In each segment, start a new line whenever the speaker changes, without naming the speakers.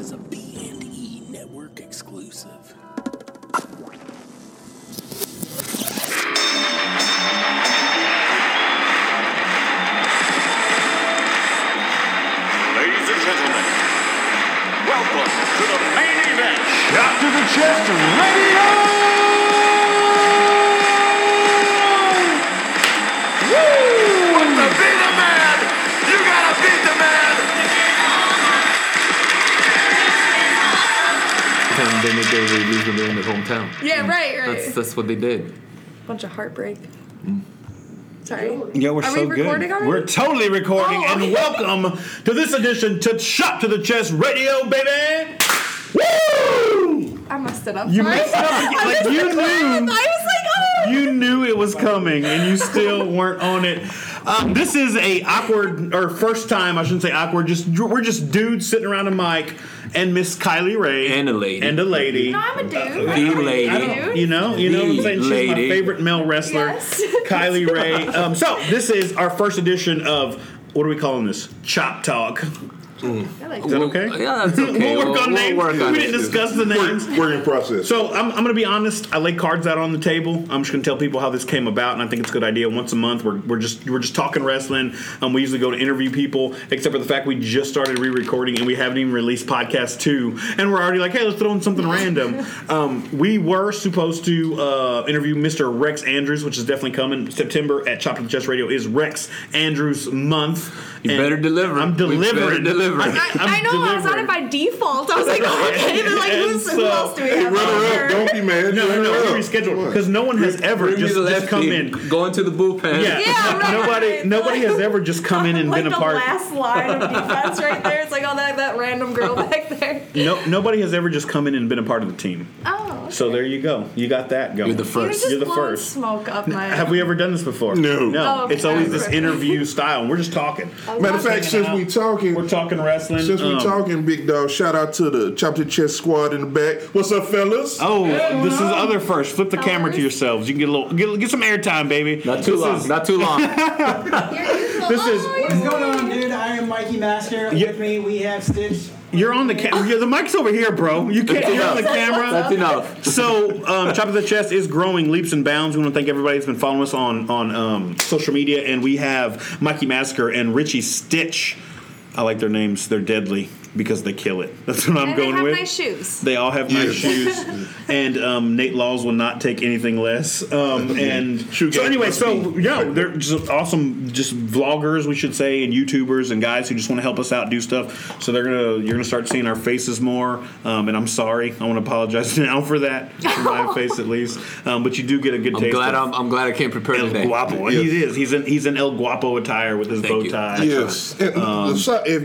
is a B&E network exclusive.
Ladies and gentlemen, welcome to the main event.
Shot to the chest radio.
To be the man, you gotta beat the man.
and then they gave her Lisa Lee in his hometown.
Yeah, right, right.
That's that's what they did.
Bunch of heartbreak. Sorry.
Yeah, we're
Are
so
we
good.
recording already?
We're totally recording,
Oh,
and
okay.
welcome to this edition to Shot to the Chest Radio, baby. Woo!
I messed it up.
You
sorry.
messed up.
I
Like,
missed
you
the
knew.
time. I was like, oh.
You knew it was coming, and you still weren't on it. Um, this is a awkward or first time I shouldn't say awkward. Just we're just dudes sitting around a mic, and Miss Kylie Ray
And a lady.
and a lady.
no, I'm a dude.
The
I'm a
lady.
I
Dude.
don't, you know, you know what I'm
The
saying? She's my
lady.
favorite male wrestler,
Yes.
Kylie Ray. Um, so this is our first edition of what are we calling this? Chop Talk. Is
I like
that
Well,
okay?
yeah, that's okay.
we'll work
We'll-
on
we'll
names.
work on
we
it.
didn't discuss the names.
We're in process.
So I'm, I'm going to be honest. I lay cards out on the table. I'm just going to tell people how this came about, and I think it's a good idea. Once a month, we're, we're just we're just talking wrestling. Um, we usually go to interview people, except for the fact we just started re-recording and we haven't even released podcast two, and we're already like, hey, let's throw in something random. Um, we were supposed to uh, interview Mr. Rex Andrews, which is definitely coming September at Chop to the Chest Radio. Is Rex Andrews month?
You better deliver.
I'm
We better
delivering.
deliver.
I'm-
I, I
I'm
know I was on
delivering.
it by default. I was like, oh, okay. But like, who's,
And
who
so-
else do we have?
runner
on
up,
here?
don't be mad.
No, no,
Runner
no.
up.
We rescheduled because no one has ever
Bring me
just,
the
just
left
come
feed,
in.
Go into the bullpen.
Yeah,
Yeah, right.
nobody, nobody has ever just come in and
like
been a
the
part.
last line of defense right there. It's like, oh, that, that random girl back there.
No, nobody has ever just come in and been a part of the team.
Oh.
So there you go. You got that going.
You're the
You're
first.
just
You're the
blowing
first.
smoke up my.
Have we ever done this before?
No.
No.
Oh, okay.
It's always this
Perfect.
interview style, and we're just talking.
Matter of fact, since
out.
we talking,
We're talking wrestling.
since we
um,
talking, big dog. Shout out to the Chop to Chest Squad in the back. What's up, fellas?
Oh, this is other first. Flip the camera to
Ours.
yourselves. You can get a little, get, get some airtime, baby.
Not too
This
long.
is-
Not too long.
This is-
What's going on, dude? I am Mikey Master.
Yeah.
With me, we have Stitch.
You're on the camera. the mic's over here, bro. You can't. You're on the camera.
That's enough.
So, um, Chop of the Chest is growing leaps and bounds. We want to thank everybody that's been following us on on um, social media, and we have Mikey Masker and Richie Stitch. I like their names; they're deadly because they kill it. That's what I'm
And they
going
have
with.
nice shoes.
They all have nice shoes, and um, Nate Laws will not take anything less. Um, and
Shoe
so
game
anyway,
must
so
be-
yeah, they're just awesome, just vloggers we should say, and YouTubers and guys who just want to help us out do stuff. So they're gonna you're gonna start seeing our faces more. Um, and I'm sorry, I want to apologize now for that, for my face at least. Um, but you do get a good
I'm
taste.
glad.
of
I'm, I'm glad I can't prepare
El
today.
Guapo.
Yes.
He is. He's in. He's in El Guapo attire with his
Thank
bow
you.
tie.
Yes. And
Um,
the shot, if,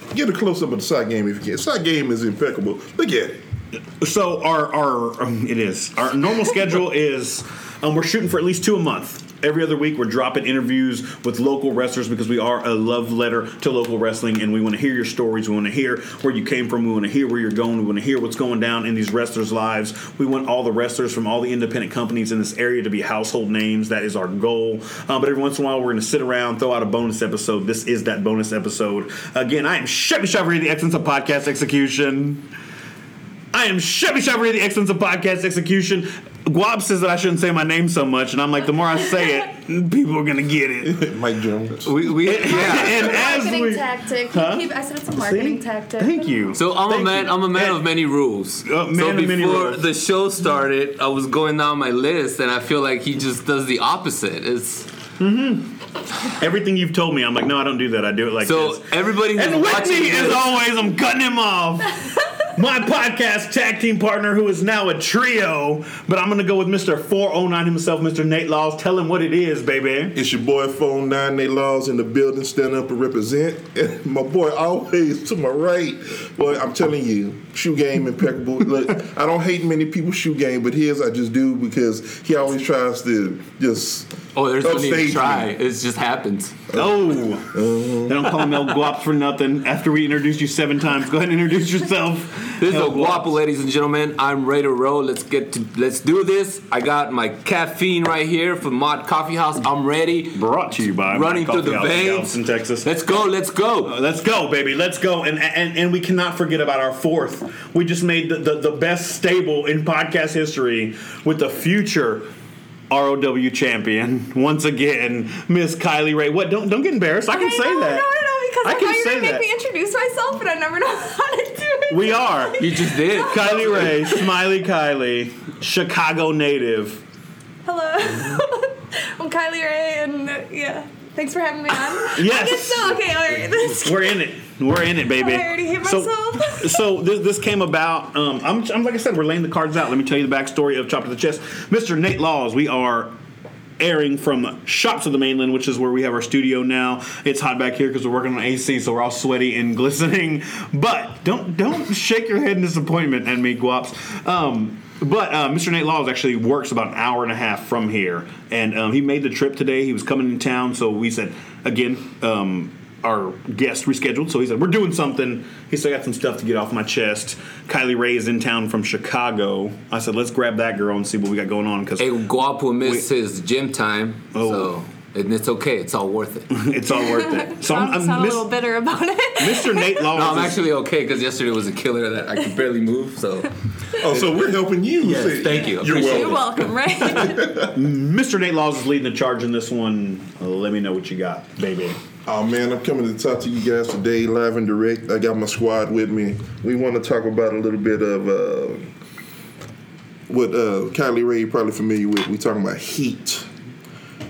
uh, get a close up of the side game if you can. Side game is impeccable. Look at it.
So our our um, it is our normal schedule is um, we're shooting for at least two a month. Every other week, we're dropping interviews with local wrestlers because we are a love letter to local wrestling, and we want to hear your stories. We want to hear where you came from. We want to hear where you're going. We want to hear what's going down in these wrestlers' lives. We want all the wrestlers from all the independent companies in this area to be household names. That is our goal. Um, but every once in a while, we're going to sit around, throw out a bonus episode. This is that bonus episode. Again, I am Chevy Chevrolet, the excellence of podcast execution. I am Chevy Chevrolet, the excellence of podcast execution. Guab says that I shouldn't say my name so much, and I'm like, the more I say it, people are gonna get it.
Mike Jones.
We, we yeah.
and as
marketing
we,
tactic.
Huh?
Keep, I said it's a
See?
marketing tactic.
Thank you.
So I'm a
Thank
man.
you.
I'm a man
And-
of many rules.
Uh, man
so
of
before
many rules.
the show started, I was going down my list, and I feel like he just does the opposite. It's
Everything you've told me, I'm like, no, I don't do that. I do it like
so
this.
everybody who's
And with
watching
me, as
this-
always, I'm cutting him off. My podcast tag team partner, who is now a trio, but I'm gonna go with Mr. 409 himself, Mr. Nate Laws. Tell him what it is, baby.
It's your boy Phone Nine They Laws in the building, stand up and represent. And my boy always to my right. Boy, I'm telling you, shoe game impeccable. Look, I don't hate many people's shoe game, but his I just do because he always tries to just
Oh, there's no need to
Upstage
try.
me.
It just happens.
No, they don't call them El Guaps for nothing. After we introduced you seven times, go ahead and introduce yourself.
This is a
El
guapo, ladies and gentlemen. I'm ready to roll. Let's get to let's do this. I got my caffeine right here from Mod Coffee House. I'm ready.
Brought to you by
Running
my
through the
coffee house in
veins.
Galveston, Texas.
Let's go. Let's go.
Let's go, baby. Let's go. And and, and we cannot forget about our fourth. We just made the, the, the best stable in podcast history with the future ROW champion once again, Miss Kylie Ray. What? Don't don't get embarrassed. I can say
know, No,
that.
no, no, because I,
I can
thought you were
say
gonna make
that.
me introduce myself, but I never know how to do it.
We are
You just did.
Kylie Ray, Smiley Kylie, Chicago native.
Hello, I'm Kylie Ray, and uh, yeah, thanks for having me on.
Yes.
I guess so. Okay, all right. This-
We're in it. We're in it, baby.
I already hit myself.
So, so this, this came about. Um, I'm, I'm like I said, we're laying the cards out. Let me tell you the backstory of Chop to the Chest, Mr. Nate Laws. We are airing from Shops of the Mainland, which is where we have our studio now. It's hot back here because we're working on AC, so we're all sweaty and glistening. But don't don't shake your head in disappointment at me, guaps. Um, but uh, Mr. Nate Laws actually works about an hour and a half from here, and um, he made the trip today. He was coming in town, so we said again. Um, our guest rescheduled, so he said, We're doing something. He said, I got some stuff to get off my chest. Kylie Ray is in town from Chicago. I said, Let's grab that girl and see what we got going on because
Hey, guapo missed his gym time,
Oh.
so and it's okay. It's all worth it. No,
it's all worth it. So
Sound,
I'm,
sound
I'm
a
miss-
little bitter about it.
Mr. Nate Laws.
I'm
is-
actually okay because yesterday was a killer that I could barely move. So
Oh, so we're helping you.
Yes, thank you.
You're
Appreciate
welcome.
it.
You're welcome, right?
Mr. Nate Laws is leading the charge in this one. Uh, Let me know what you got, baby.
Oh man, I'm coming to talk to you guys today, live and direct. I got my squad with me. We want to talk about a little bit of uh, what uh, Kylie Ray you're probably familiar with. We talking about heat.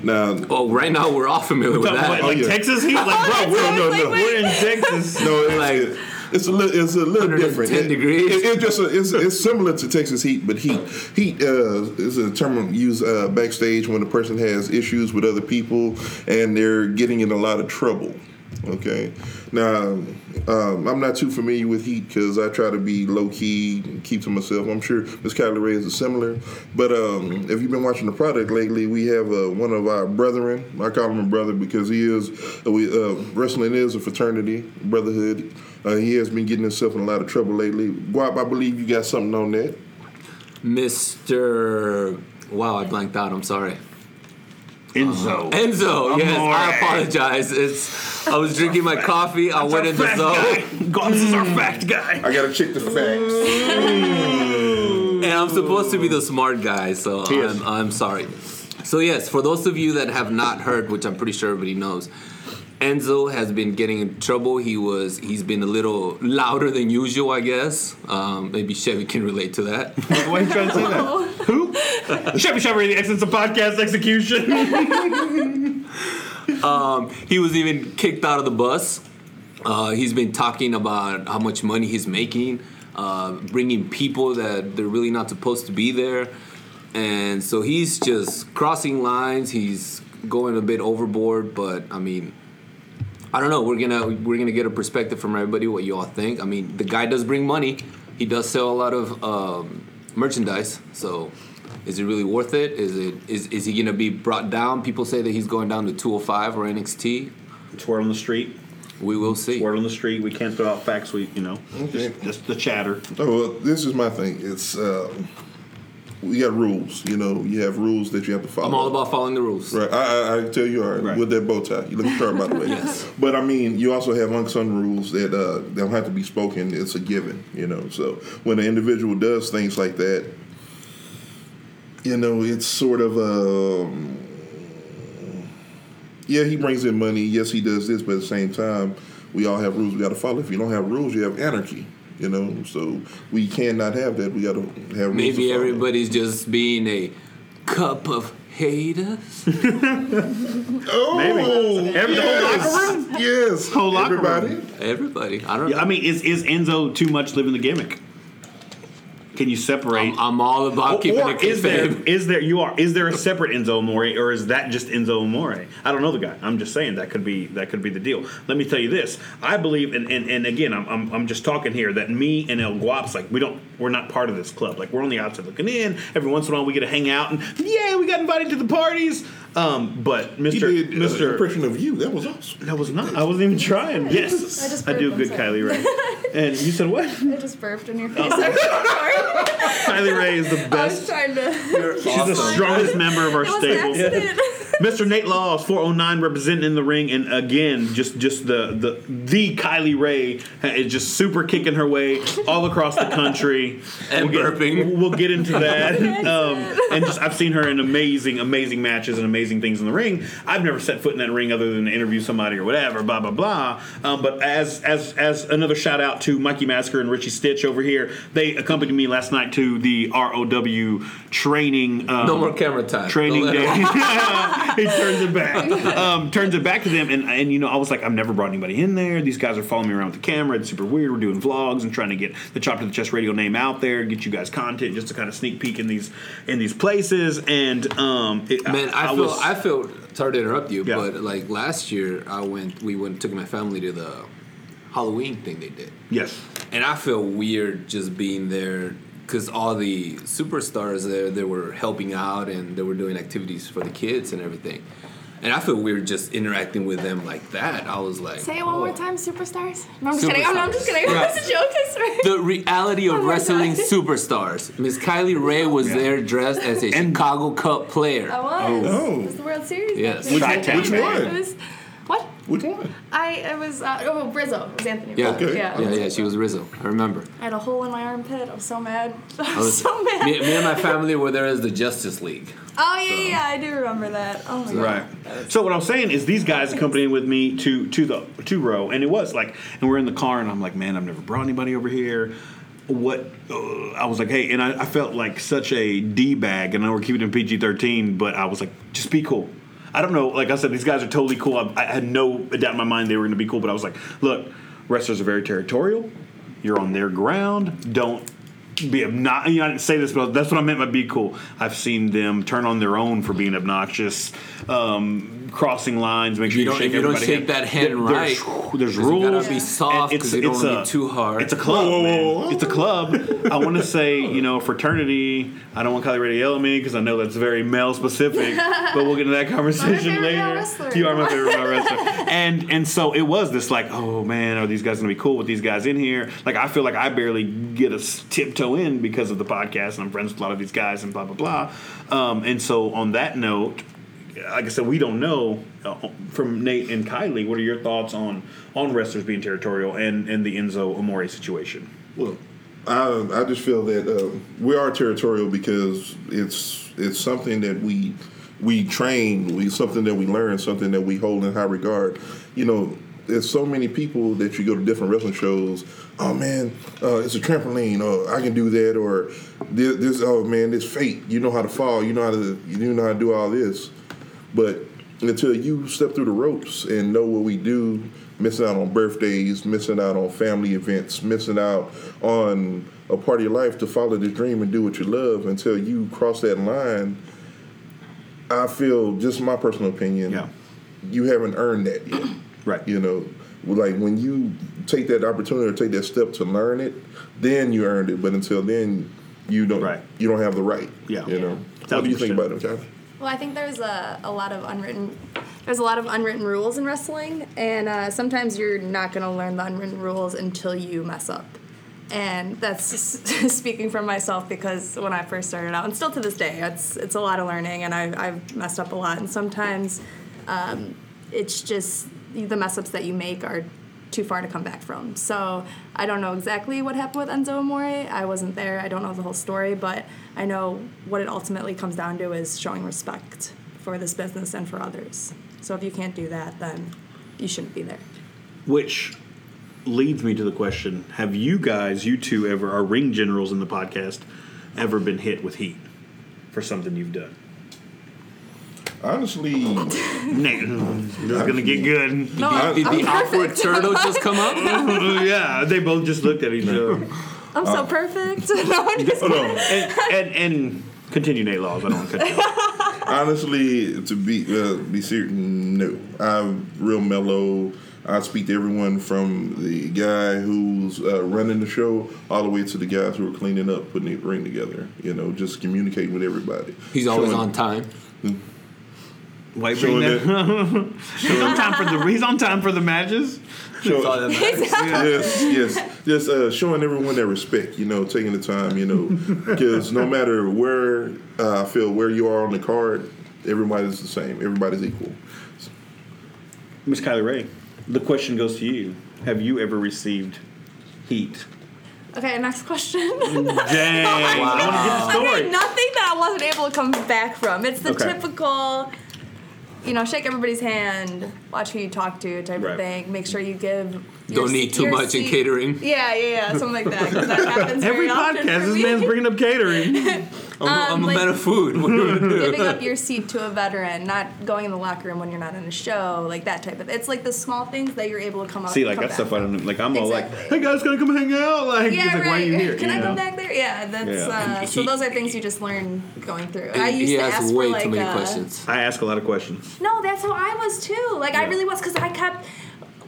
Now, no,
well, right now we're all familiar with
What,
that. Oh,
like
yeah.
Texas heat, like bro, we're,
no,
like,
no.
wait.
we're in Texas.
it's,
Like-
it's a little, it's a little different.
110 degrees.
It, it's just a, it's, it's similar to Texas heat, but heat heat uh, is a term used uh, backstage when a person has issues with other people and they're getting in a lot of trouble. Okay, now um, I'm not too familiar with heat because I try to be low key, and keep to myself. I'm sure Miss Kylie Ray is similar, but um, if you've been watching the product lately, we have uh, one of our brethren. I call him a brother because he is. We uh, wrestling is a fraternity, brotherhood. Uh, he has been getting himself in a lot of trouble lately. Guap, I believe you got something on that.
Mr. Wow, I blanked out. I'm sorry.
Enzo.
Enzo,
I'm
yes,
alright.
I apologize. It's I was drinking my coffee. I went in the
Fact
zone,
guy. God, this is our fact guy.
I gotta check the facts.
and I'm supposed to be the smart guy, so I'm, I'm sorry. So yes, for those of you that have not heard, which I'm pretty sure everybody knows, Enzo has been getting in trouble. He was he's been a little louder than usual, I guess. Um, maybe Chevy can relate to that.
Why are you trying to say that? Who? Chevy Chevy, the essence of podcast execution.
He was even kicked out of the bus. Uh, he's been talking about how much money he's making, uh, bringing people that they're really not supposed to be there. And so he's just crossing lines. He's going a bit overboard, but I mean, I don't know. We're gonna we're gonna get a perspective from everybody what you all think. I mean, the guy does bring money. He does sell a lot of um, merchandise. So, is it really worth it? Is it is is he gonna be brought down? People say that he's going down to 205 or NXT.
It's word on the street.
We will see.
Word on the street. We can't throw out facts. We, you know, just, just the chatter.
Oh, well, this is my thing. It's uh, we got rules. You know, you have rules that you have to follow.
I'm all about following the rules.
Right, I, I, I tell you, all right,
Right.
with that bow tie. You look sharp, by the way. But I mean, you also have unsung rules that uh, don't have to be spoken. It's a given, you know. So when an individual does things like that, you know, it's sort of um, yeah, he brings in money. Yes, he does this, but at the same time, we all have rules we got to follow. If you don't have rules, you have anarchy. You know, so we cannot have that. We got to have rules to
Maybe
follow.
everybody's just being a cup of haters.
Oh,
Maybe. Every- the whole
yes, yes,
Whole locker room.
everybody.
Everybody. I don't
Yeah,
know.
I mean, is is Enzo too much living the gimmick? Can you separate?
I'm, I'm all about keeping
or
it
is there
kayfabe.
is there you are is there a separate Enzo Amore or is that just Enzo Amore? I don't know the guy. I'm just saying that could be that could be the deal. Let me tell you this. I believe and and, and again I'm, I'm I'm just talking here that me and El Guap's like we don't we're not part of this club. Like we're on the outside looking in. Every once in a while we get to hang out and yay we got invited to the parties. Um, but
He
Mr.
did Mr.
Mr.
impression of you. That was awesome.
that was not. I wasn't even trying.
I
Yes,
just
I, do
burped,
good,
I'm sorry.
Kylie Ray. and you said what?
I just burped in your face. I'm so sorry.
Kylie Ray is the
I was
best.
trying to.
She's the strongest member of our
It was an
stable.
accident.
Mr. Nate Laws, 409, representing in the ring, and again, just just the the the Kylie Ray is just super kicking her way all across the country.
And
we'll Get,
burping.
we'll get into that. um, and just I've seen her in amazing, amazing matches and amazing things in the ring. I've never set foot in that ring other than to interview somebody or whatever, blah blah blah. Um, but as as as another shout out to Mikey Masker and Richie Stitch over here, they accompanied me last night to the ROW training. Um,
No more camera time.
training
Don't let
day.
it-
he turns it back. Um, turns it back to them, and and you know I was like, I've never brought anybody in there. These guys are following me around with the camera. It's super weird. We're doing vlogs and trying to get the Chop to the Chest radio name out there, get you guys content just to kind of sneak peek in these in these places. And um, it,
Man, I, feel
was-
I feel sorry to interrupt you,
Yeah.
but like last year, I went. We went took my family to the Halloween thing they did,
yes,
and I feel weird just being there because all the superstars there they were helping out and they were doing activities for the kids and everything. And I feel weird just interacting with them like that. I was like,
Say it one more time, superstars. No, I'm just kidding. I'm, I'm just
Oh. Superstars. Yeah.
kidding. It's a joke. I swear.
The reality of
Oh my
wrestling
God.
superstars. Miss Kylie Ray was there dressed as a Chicago Cup player.
I was. Oh. It was the World Series.
Yes.
It
Chi-town,
Which
man.
one?
was. What?
Which one?
I, I was. Uh, oh, Rizzo. It was Anthony.
Yeah.
Rizzo.
Okay.
yeah.
Yeah, yeah, she was Rizzo. I remember.
I had a hole in my armpit. I'm so mad. I'm
I was-
so mad.
Me, me and my family were there as the Justice League.
oh yeah, yeah, I do remember that. Oh my god.
Right. So what I'm saying is these guys accompanied with me to to the to row, and it was like, and we're in the car, and I'm like, man, I've never brought anybody over here. What uh, I was like, hey, and I, I felt like such a d bag, and I know we're keeping it PG-13, but I was like, just be cool. I don't know. Like I said, these guys are totally cool. I, I had no doubt in my mind they were going to be cool, but I was like, look, wrestlers are very territorial. You're on their ground. Don't be obnoxious. You know, I didn't say this, but that's what I meant by be cool. I've seen them turn on their own for being obnoxious, um, crossing lines. Make sure
You
you,
don't-
shake
if you don't
everybody's
shake that hand
There's-
right,
There's,
you
rules.
gotta be
and
soft 'cause you don't wanna be too hard.
It's a club.
Whoa, whoa,
man.
whoa, whoa.
It's a club. I want to say you know fraternity. I don't want Kylie Ray to yell at me because I know that's very male specific. but we'll get into that conversation
favorite male
later.
wrestler.
You are my favorite male wrestler. And and so it was this like, oh man, are these guys gonna be cool with these guys in here? Like I feel like I barely get a s- tiptoe in because of the podcast, and I'm friends with a lot of these guys, and blah blah blah. Um, and so on that note, like I said, we don't know uh, from Nate and Kylie. What are your thoughts on on wrestlers being territorial and and the Enzo Amore situation?
Well, I, I just feel that uh, we are territorial because it's it's something that we we train, we something that we learn, something that we hold in high regard. You know, there's so many people that you go to different wrestling shows. Oh man, uh, it's a trampoline. Or I can do that. Or this, this. Oh man, this fate. You know how to fall. You know how to. You know how to do all this. But until you step through the ropes and know what we do, missing out on birthdays, missing out on family events, missing out on a part of your life to follow this dream and do what you love, until you cross that line, I feel just my personal opinion.
Yeah.
You haven't earned that yet.
Right.
You know, like when you take that opportunity or take that step to learn it, then you earned it. But until then, you don't.
Right.
You don't have the right.
Yeah.
You know.
Yeah.
What do you think about it, Johnny?
Well, I think there's a, a lot of unwritten there's a lot of unwritten rules in wrestling, and uh, sometimes you're not going to learn the unwritten rules until you mess up. And that's just speaking for myself because when I first started out, and still to this day, it's it's a lot of learning, and I've, I've messed up a lot. And sometimes um, it's just the mess ups that you make are too far to come back from. So I don't know exactly what happened with Enzo Amore. I wasn't there. I don't know the whole story, but I know what it ultimately comes down to is showing respect for this business and for others. So if you can't do that, then you shouldn't be there.
Which leads me to the question: Have you guys, you two, ever, our ring generals in the podcast, ever been hit with heat for something you've done?
Honestly.
Nate, it's gonna get good.
No, I'm,
Did
I'm
the awkward
Oh, perfect.
turtle just come up?
yeah, they both just looked at each other.
I'm so perfect. no, I'm just
Oh, no. and, and, and continue, Nate Laws. I don't want to cut you off.
Honestly, to be uh, be serious, no. I'm real mellow. I speak to everyone from the guy who's uh, running the show all the way to the guys who are cleaning up, putting the ring together. You know, just communicating with everybody.
He's always
Showing-
on time.
Why you
Showing
bring
that,
that? He's on time for the he's on time for the matches.
showing-
Exactly.
yes, yes. Just uh, showing everyone that respect, you know, taking the time, you know, because no matter where uh, I feel where you are on the card, everybody's the same. Everybody's equal.
Miss Kylie Ray, the question goes to you: Have you ever received heat?
Okay, next question.
Dang! I want to get the
I
story.
mean, nothing that I wasn't able to come back from. It's the
Okay.
typical, you know, shake everybody's hand, watch who you talk to type
Right.
of thing. Make sure you give.
Don't need too
your
much in
seat-
catering.
Yeah, yeah, yeah, something like that. 'cause that happens
Every
very often
podcast,
for
this
me.
man's bringing up catering.
I'm, I'm a
Um, like-
man of food. What do we do?
giving up your seat to a veteran, not going in the locker room when you're not on a show, like that type of. It's like the small things that you're able to come out.
See, like
come
that stuff I
back.
don't like. I'm all like,
Exactly.
"Hey guys, gonna come hang out?" Like,
Yeah,
it's like,
right.
why are you here?
Can
you
I come
know?
back there? Yeah, that's
Yeah.
uh, so.
He-
Those are things you just learn going through. I used
He
to
has
ask
way
for like
too many
uh,
questions.
I ask a lot of questions.
No, that's how I was too. Like I
Yeah.
really was because I kept.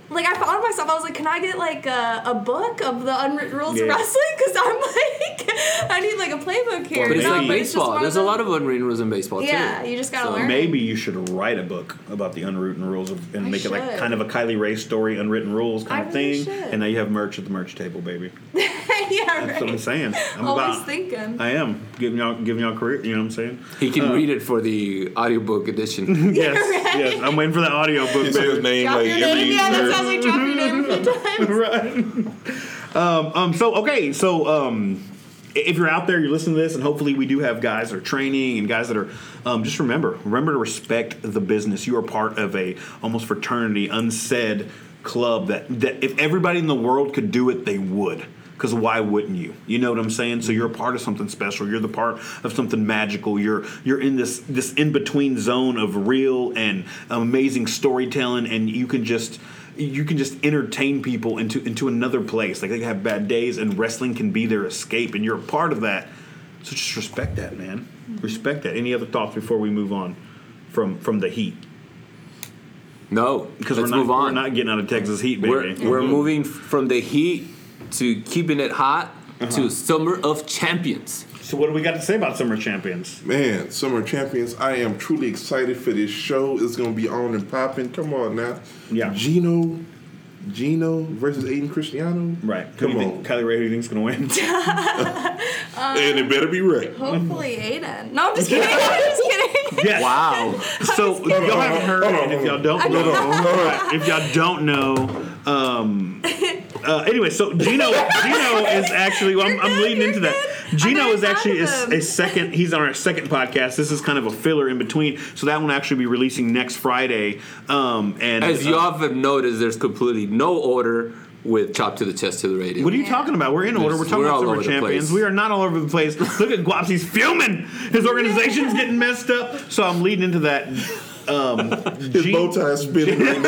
Like I found myself, I was like, "Can I get like a, a book of the unwritten rules of
Yeah.
wrestling?" Because I'm like, I need like a playbook here.
But it's
maybe-
No,
like
but it's just
baseball.
one
There's a
them-
lot of unwritten rules in baseball
Yeah,
too.
you just gotta
So-
learn.
Maybe you should write a book about the unwritten rules of, and
I
make it like
should.
kind of a Kylie Ray story, unwritten rules kind
I
of
really
thing.
should.
And now you have merch at the merch table, baby.
yeah,
That's what I'm
right.
saying. I'm
Always
about.
thinking.
I am giving y'all giving y'all career. You know what I'm saying?
He can read it for the audiobook edition.
Yes,
right.
yes. I'm waiting for the audio book,
He said his
baby.
name like every
Yeah, that
third-
sounds like drop your name a few times.
right. Um, um, so okay, so um, i- if you're out there, you're listening to this, and hopefully we do have guys that are training and guys that are um, just remember, remember to respect the business. You are part of a almost fraternity, unsaid club that that if everybody in the world could do it, they would. Because why wouldn't you? You know what I'm saying. So you're a part of something special. You're the part of something magical. You're you're in this this in between zone of real and amazing storytelling, and you can just you can just entertain people into into another place. Like they have bad days, and wrestling can be their escape, and you're a part of that. So just respect that, man. Respect that. Any other thoughts before we move on from from the heat?
no,
Because
because
we're
let's
not
move on.
we're not getting out of Texas heat, baby.
We're, we're moving from the heat to keeping it hot
Uh-huh.
to summer of champions.
So what do we got to say about summer champions?
Man, Summer Champions, I am truly excited for this show. It's going to be on and popping. Come on now.
Yeah.
Gino, Gino versus Aiden Cristiano.
Right. Who do
Come
you
on.
think, Kylie Ray, who do you think's gonna win?
and it better be right.
Hopefully, Aiden. No, I'm just kidding. I'm just kidding.
yes.
Wow.
So if y'all haven't heard,
Hold on,
and if
hold
y'all
on.
don't know,
Hold on, hold on.
if y'all don't know, um, uh, anyway, so Gino, Gino is actually. well, I'm,
You're
I'm
good,
leading
you're
into that.
good.
Gino
I'm
is actually a,
proud of
a
him.
second. He's on our second podcast. This is kind of a filler in between, so that one will actually be releasing next Friday. Um, and
As
uh,
y'all have noticed, there's completely no order with chop to the chest to the radio.
What are you talking about? We're in order. We're talking
We're
about
all
Summer
over the
Champions.
place.
We are not all over the place. Look at Guaps. He's fuming. His organization's getting messed up. So I'm leading into that. Um,
His
G-
bow tie is spinning right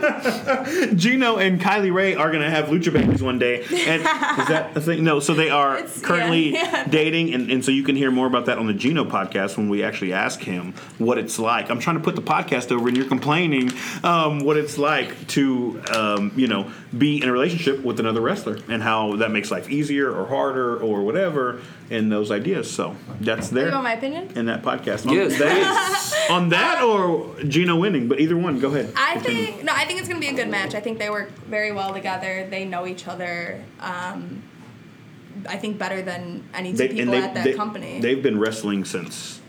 now.
Gino and Kylie Ray are gonna have lucha babies one day, and is that a thing? No, so they are
It's-
currently
yeah, yeah.
dating, and, and so you can hear more about that on the Gino podcast when we actually ask him what it's like. I'm trying to put the podcast over, and you're complaining um, what it's like to um, you know be in a relationship with another wrestler and how that makes life easier or harder or whatever, and those ideas. So that's there.
You want my opinion?
in that podcast.
Yes,
on that, on that or Gino winning, but either one. Go ahead.
I think no. I think it's gonna be a good match. I think they work very well together. They know each other. Um, I think better than any two
They-
people at that
they,
company
They've been wrestling since.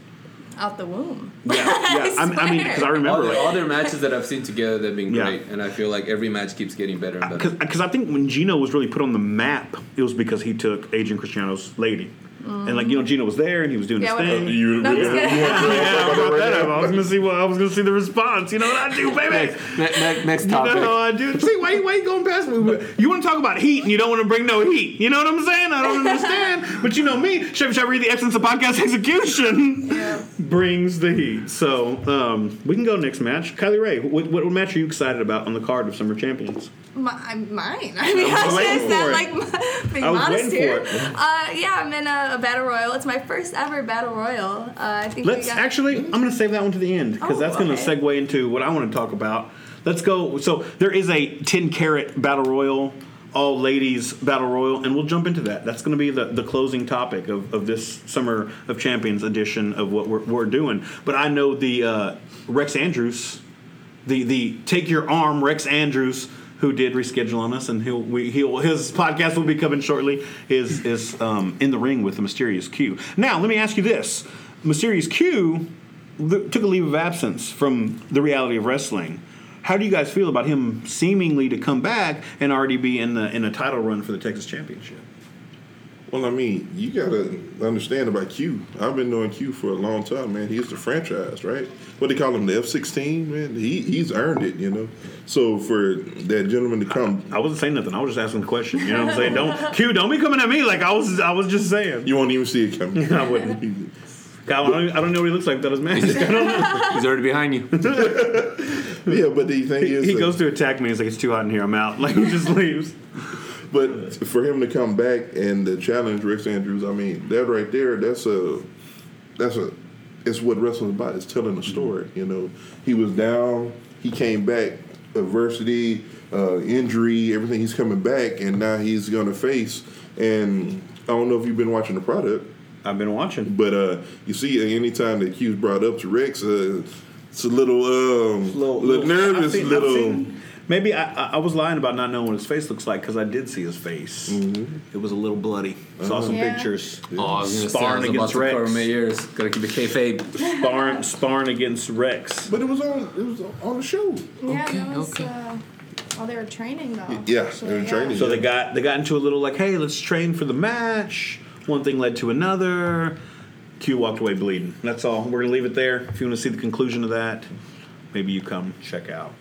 out the womb.
Yeah, yeah. I, I mean, because
swear.
I
All,
remember,
the, all
like,
their matches that I've seen together, they've been
Yeah. Uh,
great, and I feel like every match keeps getting better and better.
because I think when Gino was really put on the map, it was because he took Adrian Cristiano's lady, and like you know, Gino was there and he was doing
Yeah,
his
what-
thing.
You,
No, I'm just kidding.
I brought that up. I was gonna see what I was gonna see the response. You know what I do, baby.
Next, ne- ne- next
You know
topic.
how I uh, dude. See why you why you going past me? You want to talk about heat and you don't want to bring no heat. You know what I'm saying? I don't understand. but you know me, Chevy Shall read the essence of podcast execution
Um,
brings the heat. So um, we can go next match. Kylie Ray, what, what match are you excited about on the card of Summer Champions?
My, I'm mine. I mean,
I
I
was
was just
waiting
that
for it.
like my, being
I was
modest
waiting
here.
for it.
Uh, yeah, I'm in a, a battle royal. It's my first ever battle royal. Uh, I think
Let's
we got,
actually. I'm going to save that one to the end because
Oh,
that's going to
okay.
segue into what I want to talk about. Let's go. So there is a 10 carat battle royal, all ladies battle royal, and we'll jump into that. That's going to be the, the closing topic of, of this summer of champions edition of what we're, we're doing. But I know the uh, Rex Andrews, the the take your arm Rex Andrews. Who did reschedule on us, and he'll we, he'll his podcast will be coming shortly. Is is um, in the ring with the mysterious Q. Now let me ask you this: Mysterious Q th- took a leave of absence from the reality of wrestling. How do you guys feel about him seemingly to come back and already be in the in a title run for the Texas Championship?
Well, I mean, you gotta understand about Q. I've been knowing Q for a long time, man. He's the franchise, right? What they call him, the F sixteen, man. He he's earned it, you know. So for that gentleman to come,
I wasn't saying nothing. I was just asking a question. You know what I'm saying? Don't Q, don't be coming at me like I was. I was just saying.
you won't even see it coming.
I wouldn't. God, I, don't, even- I don't know what he looks like without his mask. I don't know.
He's already behind you.
yeah, but the thing is,
He
that-
goes to attack me. He's like, "It's too hot in here. I'm out." Like he just leaves.
But for him to come back and to challenge Rex Andrews, I mean, that right there, that's a, that's a, it's what wrestling's about. It's telling a story. You know, he was down, he came back, adversity, uh, injury, everything. He's coming back, and now he's gonna face. And I don't know if you've been watching the product,
I've been watching.
but uh, you see, anytime that Q's brought up to Rex, uh, it's a little, um, little, nervous,
I've seen- I've
little.
seen- maybe I, I, I was lying about not knowing what his face looks like because I did see his face.
Mm-hmm.
It was a little bloody. Saw
Uh-huh.
some
Yeah.
pictures.
Oh, I was gonna
Sparring
say I was
against
about to cover
Rex.
my ears. Gotta keep it kayfabe.
sparring, sparring against Rex.
But it was on, it was on the show.
yeah,
Okay,
that was,
okay.
Uh, while they were training though.
Yeah,
actually,
they were training.
So they got they got into a little like, hey, let's train for the match. One thing led to another. Q walked away bleeding. That's all. We're gonna leave it there. If you want to see the conclusion of that, maybe you come check out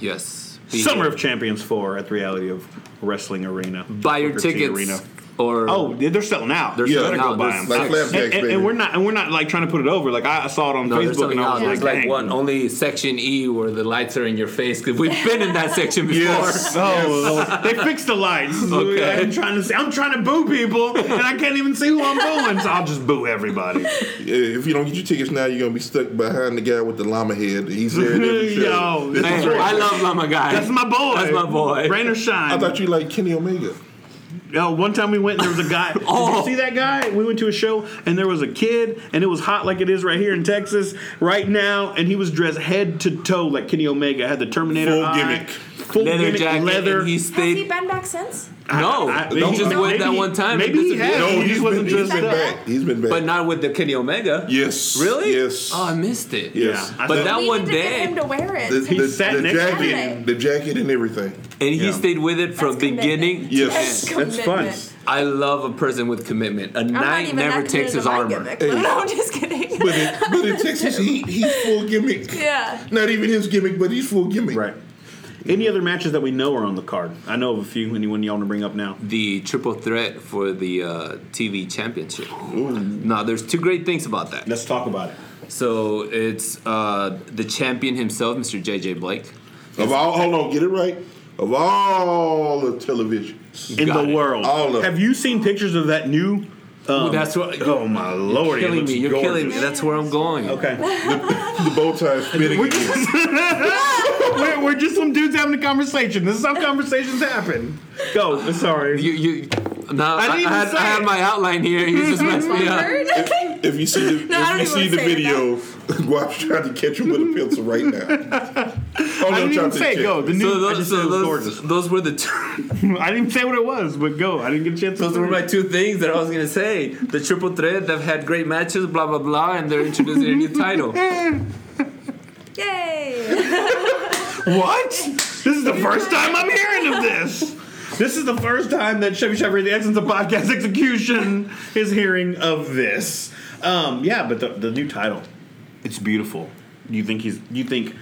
Yes.
Summer of Champions Four at the Reality of Wrestling Arena.
Buy your
Booker T
tickets. Or
Oh, yeah, they're selling out.
They're
You
selling
better go
out.
buy
There's
'em.
like-
Like
Nice.
flapjacks,
And, and-
baby.
and we're not and we're not like trying to put it over. Like I, I saw it on
No, there's
Facebook
something
and I
else.
was
There's
like,
like
dang.
one only section E where the lights are in your face because we've been in that section before.
Yes.
Oh, Lord. they fixed the lights.
Okay.
I'm trying to see, I'm trying to boo people, and I can't even see who I'm booing, so I'll just boo everybody.
Yeah, if you don't get your tickets now, you're gonna be stuck behind the guy with the llama head. He's there. at every show.
Yo,
This
Man,
is right.
I love Llama Guy.
That's my boy.
That's my boy.
Rain or shine.
I thought you liked Kenny Omega.
Yo, one time we went and there was a guy.
Oh.
Did you see that guy? We went to a show and there was a kid and it was hot like it is right here in Texas right now, and he was dressed head to toe like Kenny Omega had the Terminator
Full
eye,
gimmick.
full
leather
gimmick,
jacket.
leather.
And he
Has he
stayed.
been back since?
no,
I-
he
no,
just
I-
went that
maybe-
one time.
maybe he
disappeared.
has. No, he
he's
wasn't
been, he's
dressed
been
up.
back. He's been back.
but not with the Kenny Omega.
yes.
Really?
Yes.
Oh, I missed it.
yes.
Yeah, I
But
saw-
that
we
one
need to
day-
get him to wear it.
the,
to
the,
sat
the
next to
me.
jacket, the jacket, and everything.
And he
Yeah.
stayed with it from
That's
beginning.
commitment.
to
Yes.
end.
That's fun.
commitment.
I love a person with commitment. A
I'm not
knight
even
never
that
takes
committed
his
to my
armor.
gimmick. No, no, I'm just kidding.
But in, but in Texas, he he's full gimmick.
yeah.
Not even his gimmick, but he's full gimmick.
Right. Any other matches that we know are on the card? I know of a few. Anyone y'all want to bring up now?
The triple threat for the uh, TV championship. Now, there's two great things about that.
Let's talk about it.
So it's uh, the champion himself, Mr. JJ Blake.
Of all, hold on, get it right. Of all of television,
In
Got
the
it.
world,
All of
have you seen pictures of that new? Um,
that's what-
Oh my lord! it
killing
looks
me. You're
gorgeous.
killing me. That's where I'm going.
Okay,
the bow tie is spinning. again.
we're, we're just some dudes having a conversation. This is how conversations happen. Go. I'm Sorry.
You, you, now,
I
I, I,
didn't even
had,
say
I had
it.
my outline here. You just messed me up.
Word?
If you see the,
No, I don't
if
even wanna
you see the
say it
video, Guap's trying to catch him with a pencil right now. Oh,
I
no,
didn't
chop
even
to the
say
chin.
go. The
So
new. I
those,
just said
so
it was
those,
gorgeous.
those were the two,
I didn't say what it was, but go. I didn't get a chance. to
those were
say
my
it.
two things that I was gonna say. The triple threat, they've had great matches, blah blah blah, and they're introducing a new title.
Yay.
What? This is the first time I'm hearing of this. This is the first time that Chevy Chevy, the essence of podcast execution, is hearing of this. Um, yeah, but the, the new title, it's beautiful. You think he's? You think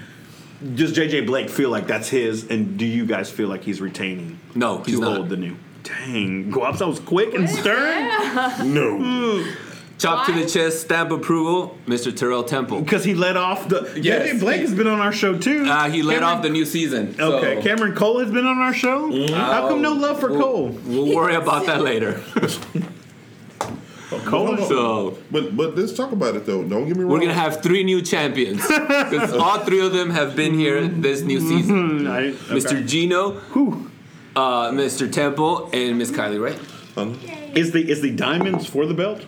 Does JJ Blake feel like that's his, and do you guys feel like he's retaining?
No,
to
he's not.
hold the new. Dang, Guaps, I was quick and stern
No.
Chop to
Why?
the chest, stamp approval, Mr. Terrell Temple.
because he let off the.
Yes.
JJ Blake has been on our show too.
Uh, he led
Cameron-
off the new season. so Mm-hmm.
Okay, Cameron Cole has been on our show. How come no love for Cole?
We'll worry about that later.
Oh,
Cole is
So
But but let's talk about it though. Don't get me wrong.
we're gonna have three new champions because all three of them have been here this new season.
I-
Mr.
Mm-hmm. okay.
Gino,
Whew.
uh, Mr. Temple, and Miss Kylie Ray.
Uh,
Is the is the diamonds for the belt?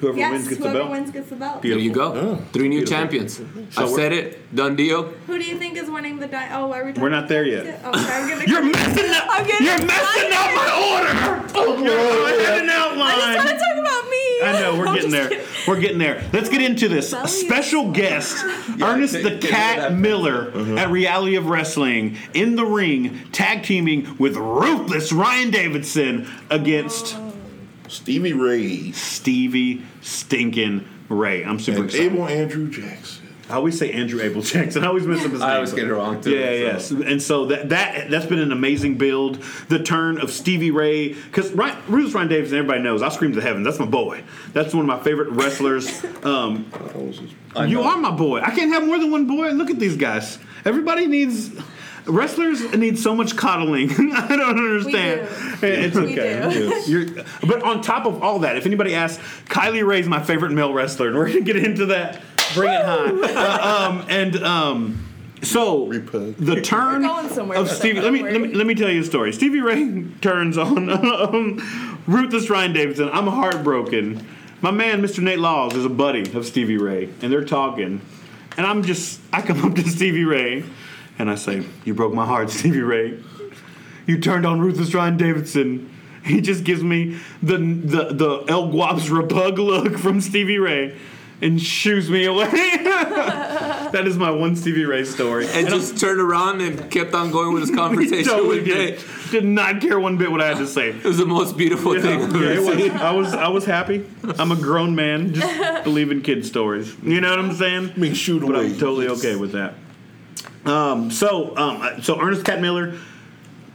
Whoever wins
Yes,
gets the
whoever
belt.
wins gets the belt.
There
Beautiful.
you go. Three new
Beautiful.
champions.
So
I've
we're-
said it. Done deal.
Who do you think is winning the di- Oh, are we talking
We're not there
about-
yet.
Oh, okay, I'm gonna
You're messing up.
I'm getting
You're messing up my order. Oh, I had an outline.
I just want to talk about me.
I know we're
I'm
getting
just
there.
kidding.
We're getting there. Let's get into this
Value.
special guest, Ernest
get-
the
get rid of
Cat
that.
Miller at Reality of Wrestling in the ring, tag teaming with ruthless Ryan Davidson against
Oh.
Stevie Ray
Stevie Stinkin' Ray. I'm super
and
excited.
Abel Andrew Jackson.
I always say Andrew Abel Jackson. I always mess up his name.
I always get it wrong, too,
Yeah,
so.
yes. And so that that that's been an amazing build. The turn of Stevie Ray, because Ryan, Rufus Ryan Davis, everybody knows. I scream to heaven. That's my boy. That's one of my favorite wrestlers. um,
I was just-
you are my boy. I can't have more than one boy. Look at these guys. Everybody needs wrestlers need so much coddling. I don't understand.
do.
It's
We
okay.
do.
You're, but on top of all that, if anybody asks, Kylie Ray's my favorite male wrestler, and we're gonna get into that. Bring it high. Uh, um, and um, so
Repo.
the turn
going somewhere
of
with that,
Oh, Stevie. Let
don't
me, let me
worry.
let me tell you a story. Stevie Ray turns on um, Ruthless Ryan Davidson. I'm heartbroken. My man, Mr. Nate Laws, is a buddy of Stevie Ray, and they're talking. And I'm just, I come up to Stevie Ray, and I say, "You broke my heart, Stevie Ray. You turned on Ruthless Ryan Davidson." He just gives me the the the El Guap's repug look from Stevie Ray, and shoos me away. that is my one Stevie Ray story.
And just turned around and kept on going with his
He
conversation
totally
with Jay.
did. Did not care one bit what I had to say.
It was the most beautiful thing I've
Yeah,
ever
it
seen.
was- I was I was happy. I'm a grown man. Just believe in kid stories. You know what I'm saying?
I mean, shoot
But
away.
I'm totally okay with that. Um, so um, so Ernest Cat Miller,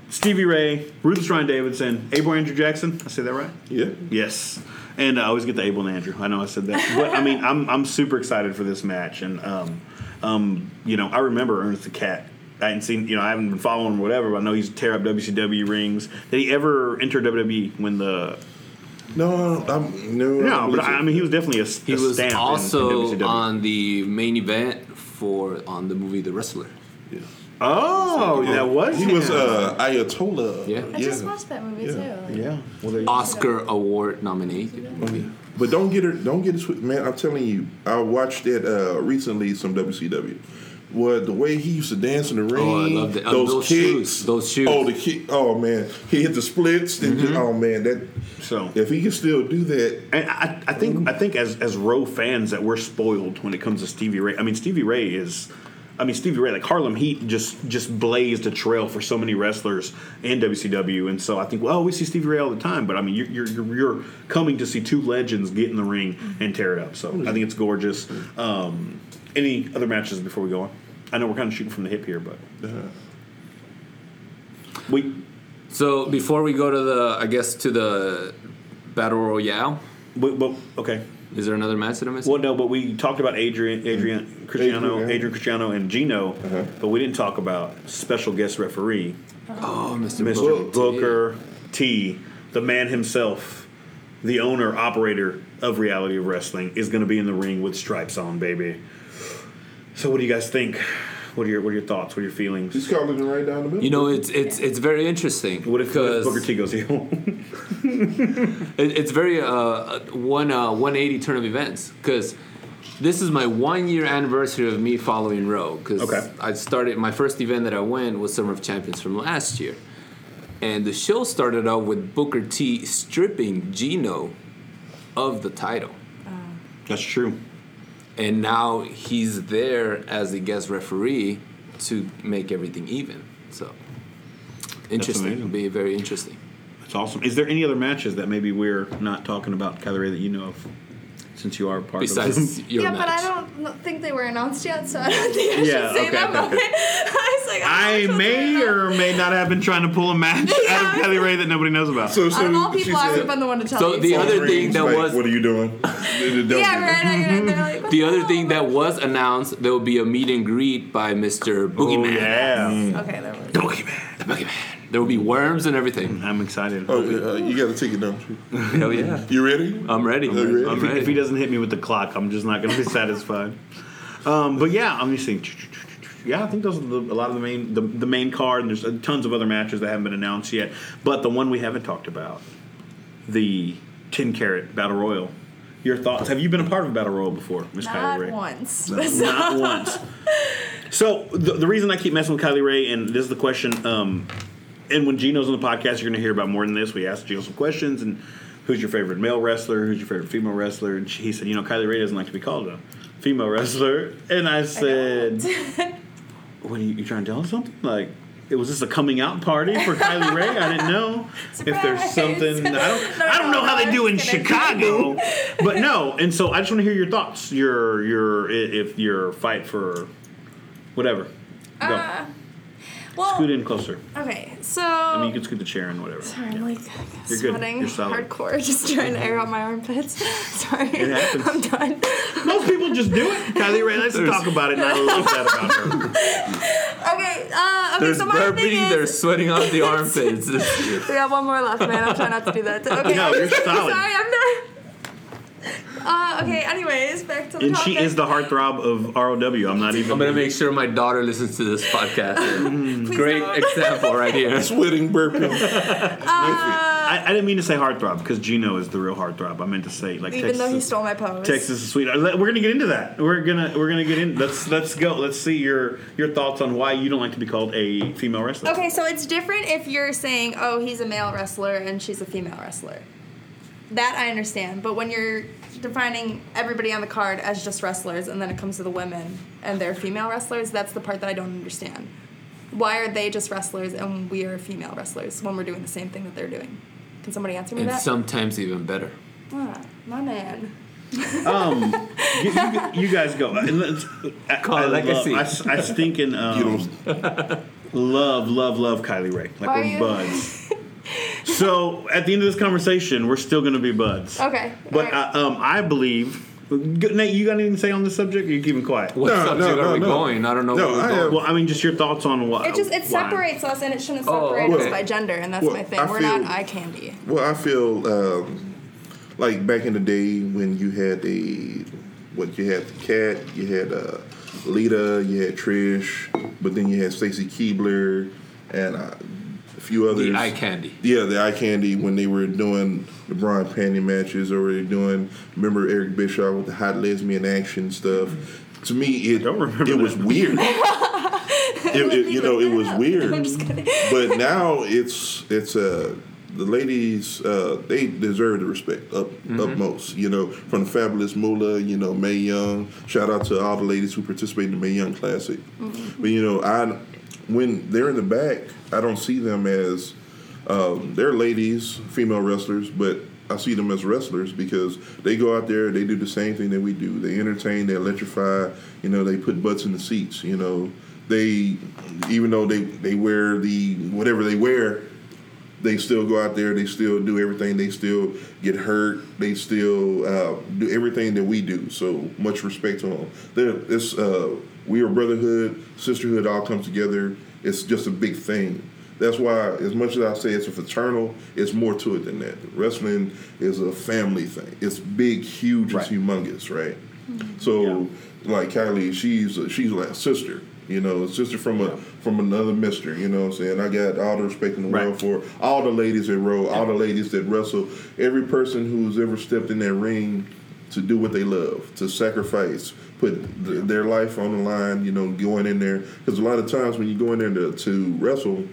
Stevie Ray, Ruthless Ryan Davidson, Abel Andrew Jackson. I say that right?
Yeah.
Yes. And I always get the Abel and Andrew. I know I said that, but I mean, I'm I'm super excited for this match, and um, um, you know, I remember Ernest the Cat. I hadn't seen, you know, I haven't been following him or whatever. But I know he's tear up WCW rings. Did he ever enter WWE when the?
No, I'm no.
No, but
believe
I, I
it.
mean, he was definitely a, s-
He
a
was
stamp in- in
also
WCW.
on the main event for on the movie The Wrestler.
Oh, that was
He was
him.
uh, Ayatollah.
Yeah.
I just watched that movie too. Like,
yeah. Well, there you go.
Oscar award nominated.
But don't get her. Don't get it. swi- Man, I'm telling you, I watched that uh, recently. Some WCW. What the way he used to dance in the ring.
Oh, I loved it. Uh,
Those,
those
kicks.
shoes, those shoes. Mm-hmm.
Oh, the kick. Oh man, he hit the splits. And just, oh man, that.
So-
if he can still do that,
And I, I think I think as as Roe fans that we're spoiled when it comes to Stevie Ray. I mean Stevie Ray is, I mean Stevie Ray like Harlem Heat just just blazed a trail for so many wrestlers in WCW, and so I think well we see Stevie Ray all the time, but I mean you're you're, you're, you're coming to see two legends get in the ring and tear it up. So I think it's gorgeous. Um, any other matches before we go on? I know we're kind of shooting from the hip here, but
uh,
we
So before we go to the, I guess to the battle royale,
we but okay.
is there another match that I'm missing?
Well, no, but we talked about Adrian, Adrian Cristiano,
Adrian.
Adrian Uh-huh. Cristiano, and Gino, but we didn't talk about special guest referee
Oh, Mr.
Mr.
Booker.
Booker T, the man himself, the owner operator of Reality of Wrestling, is going to be in the ring with stripes on, baby. So, what do you guys think? What are your What are your thoughts? What are your feelings?
he's calling it right down the middle.
You know, it's it's it's very interesting.
What if, what if
because
Booker T goes heel?
It, it's very uh, uh, one uh, 180 turn of events because this is my one year anniversary of me following Row because
Okay.
I started my first event that I went was Summer of Champions from last year, and the show started out with Booker T stripping Gino of the title,
That's true.
and now he's there as a guest referee to make everything even. So interesting,
amazing.
it'll be very interesting.
That's awesome. Is there any other matches that maybe we're not talking about, Kylie Ray, that you know of? since you are part
Besides
of
your
yeah,
match.
but I don't kn- think they were announced yet, so I don't think I should
Yeah,
say
okay,
them.
okay, okay.
I was like,
I
I'm not
may
sure.
or may not have been trying to pull a match out of
Yeah.
Kelly Ray that nobody knows about.
So,
Out of all
she
people, I would
said,
have been the one to tell
So
you.
the
too.
other- thing that
like,
was-
What are you doing?
yeah, right. I, they're like, "What
the other
hell?"
thing that was announced, there will be a meet and greet by Mr.
oh,
Boogeyman.
yeah.
Okay, there was.
Boogeyman.
The Boogeyman. There will be worms and everything.
I'm excited.
Oh, yeah, uh, you got a ticket, don't you?
Hell yeah.
You ready?
I'm ready.
you ready?
I'm
if, he,
ready.
if he doesn't hit me with the clock, I'm just not going to be satisfied. Um, but yeah, I'm just thinking. Yeah, I think those are the, a lot of the main the, the main card, and there's uh, tons of other matches that haven't been announced yet. But the one we haven't talked about, the ten carat battle royal. Your thoughts? Have you been a part of a battle royal before, Miss Kylie
Not
Ray?
once.
Not once. So the, the reason I keep messing with Kylie Ray, and this is the question, um, and when Gino's on the podcast, you're going to hear about more than this. We asked Gino some questions, and who's your favorite male wrestler? Who's your favorite female wrestler? And she, he said, you know, Kylie Ray doesn't like to be called a female wrestler. And I said, what are you, you trying to tell us something? Like, it was this a coming out party for Kylie Ray? I didn't know if there's
Surprise.
something. I don't. I don't
no,
know how they
I'm
do in
just kidding.
Chicago, but no. And so I just want to hear your thoughts. Your your i- if your fight for whatever. Go.
Uh, well,
scoot in closer.
okay, so
I mean, you can scoot the chair in, whatever.
oh. Sorry,
Yeah.
I'm like
You're good.
sweating
You're solid.
hardcore, just trying to air out my armpits. Sorry,
It happens.
I'm done.
Most people just do it. Kylie Ray, let's talk about it. Not a little bit about her.
Okay, uh, okay.
There's
so my thing
burping,
is,
there's sweating out the armpits.
we got one more left, man. I'm trying not to do that. Okay,
No, you're solid.
Sorry, I'm done. Uh, okay. Anyways, back to the
And
topic.
she is the heartthrob of ROW. I'm not even.
I'm gonna make sure my daughter listens to this podcast. Mm,
Please
Great
don't.
example right here.
Sweating, burping.
I, I didn't mean to say heartthrob because Gino is the real heartthrob. I meant to say like
Even
Texas.
though he stole my pose.
Texas is sweet. We're gonna get into that. We're gonna we're gonna get in. Let's let's go. Let's see your your thoughts on why you don't like to be called a female wrestler.
Okay, so it's different if you're saying, "Oh, he's a male wrestler and she's a female wrestler." That I understand, but when you're defining everybody on the card as just wrestlers and then it comes to the women and they're female wrestlers, that's the part that I don't understand. Why are they just wrestlers and we are female wrestlers when we're doing the same thing that they're doing? Can somebody answer me
And
that?
sometimes even better.
Ah, my man.
You, you- you guys go. And let's- I,
Call it like I
love-
see.
s- I stinking um, love love love Kylie Ray. Like
Are
we're
you?
buds. so at the end of this conversation, we're still gonna be buds.
Okay.
But
alright.
I, um, I believe. Nate, you got anything to say on this subject? Or you keeping quiet?
What
No,
subject
no,
are
no,
we
no.
going? I don't know
No,
where we're
I
going.
have-
Well, I mean, just your thoughts on why.
it just it
why.
separates us and it shouldn't
Oh,
separate
okay.
us by gender and that's
Well,
my thing.
I
we're
feel-
not eye candy.
Well, I feel um, like back in the day when you had the what you had the cat, you had uh, Lita, you had Trish, but then you had Stacy Keebler and uh, a few others.
eye candy.
Yeah, the eye candy when they were doing the Braun panty matches or they were doing. Remember Eric Bischoff with the hot lesbian action stuff. To me, it
Mm-hmm. Don't remember
it was
that.
weird. it, it- you know, it was weird.
I'm just kidding.
but now it's it's uh, the ladies uh, they deserve the respect up upmost. You know, from the fabulous Moolah, you know, May Young. Shout out to all the ladies who participate in the May Young Classic. But you know, I when they're in the back, I don't see them as um, they're ladies, female wrestlers, but I see them as wrestlers because they go out there, they do the same thing that we do. They entertain, they electrify, you know, they put butts in the seats, you know. They, even though they, they wear the, whatever they wear, they still go out there, they still do everything, they still get hurt, they still uh, do everything that we do. So much respect to them. They're, it's, uh, we are brotherhood, sisterhood, all comes together. It's just a big thing. That's why, as much as I say it's a fraternal, it's more to it than that. Wrestling is a family thing. It's big, huge,
Right.
it's humongous, right? So, like Kylie, she's a, she's like a sister, you know, a sister from a from another mister. You know what I'm saying? I got all the respect in the
Right.
world for all the ladies that row, all the ladies that wrestle, every person who's ever stepped in that ring to do what they love, to sacrifice, put th- their life on the line. You know, going in there because a lot of times when you go in there to, to wrestle,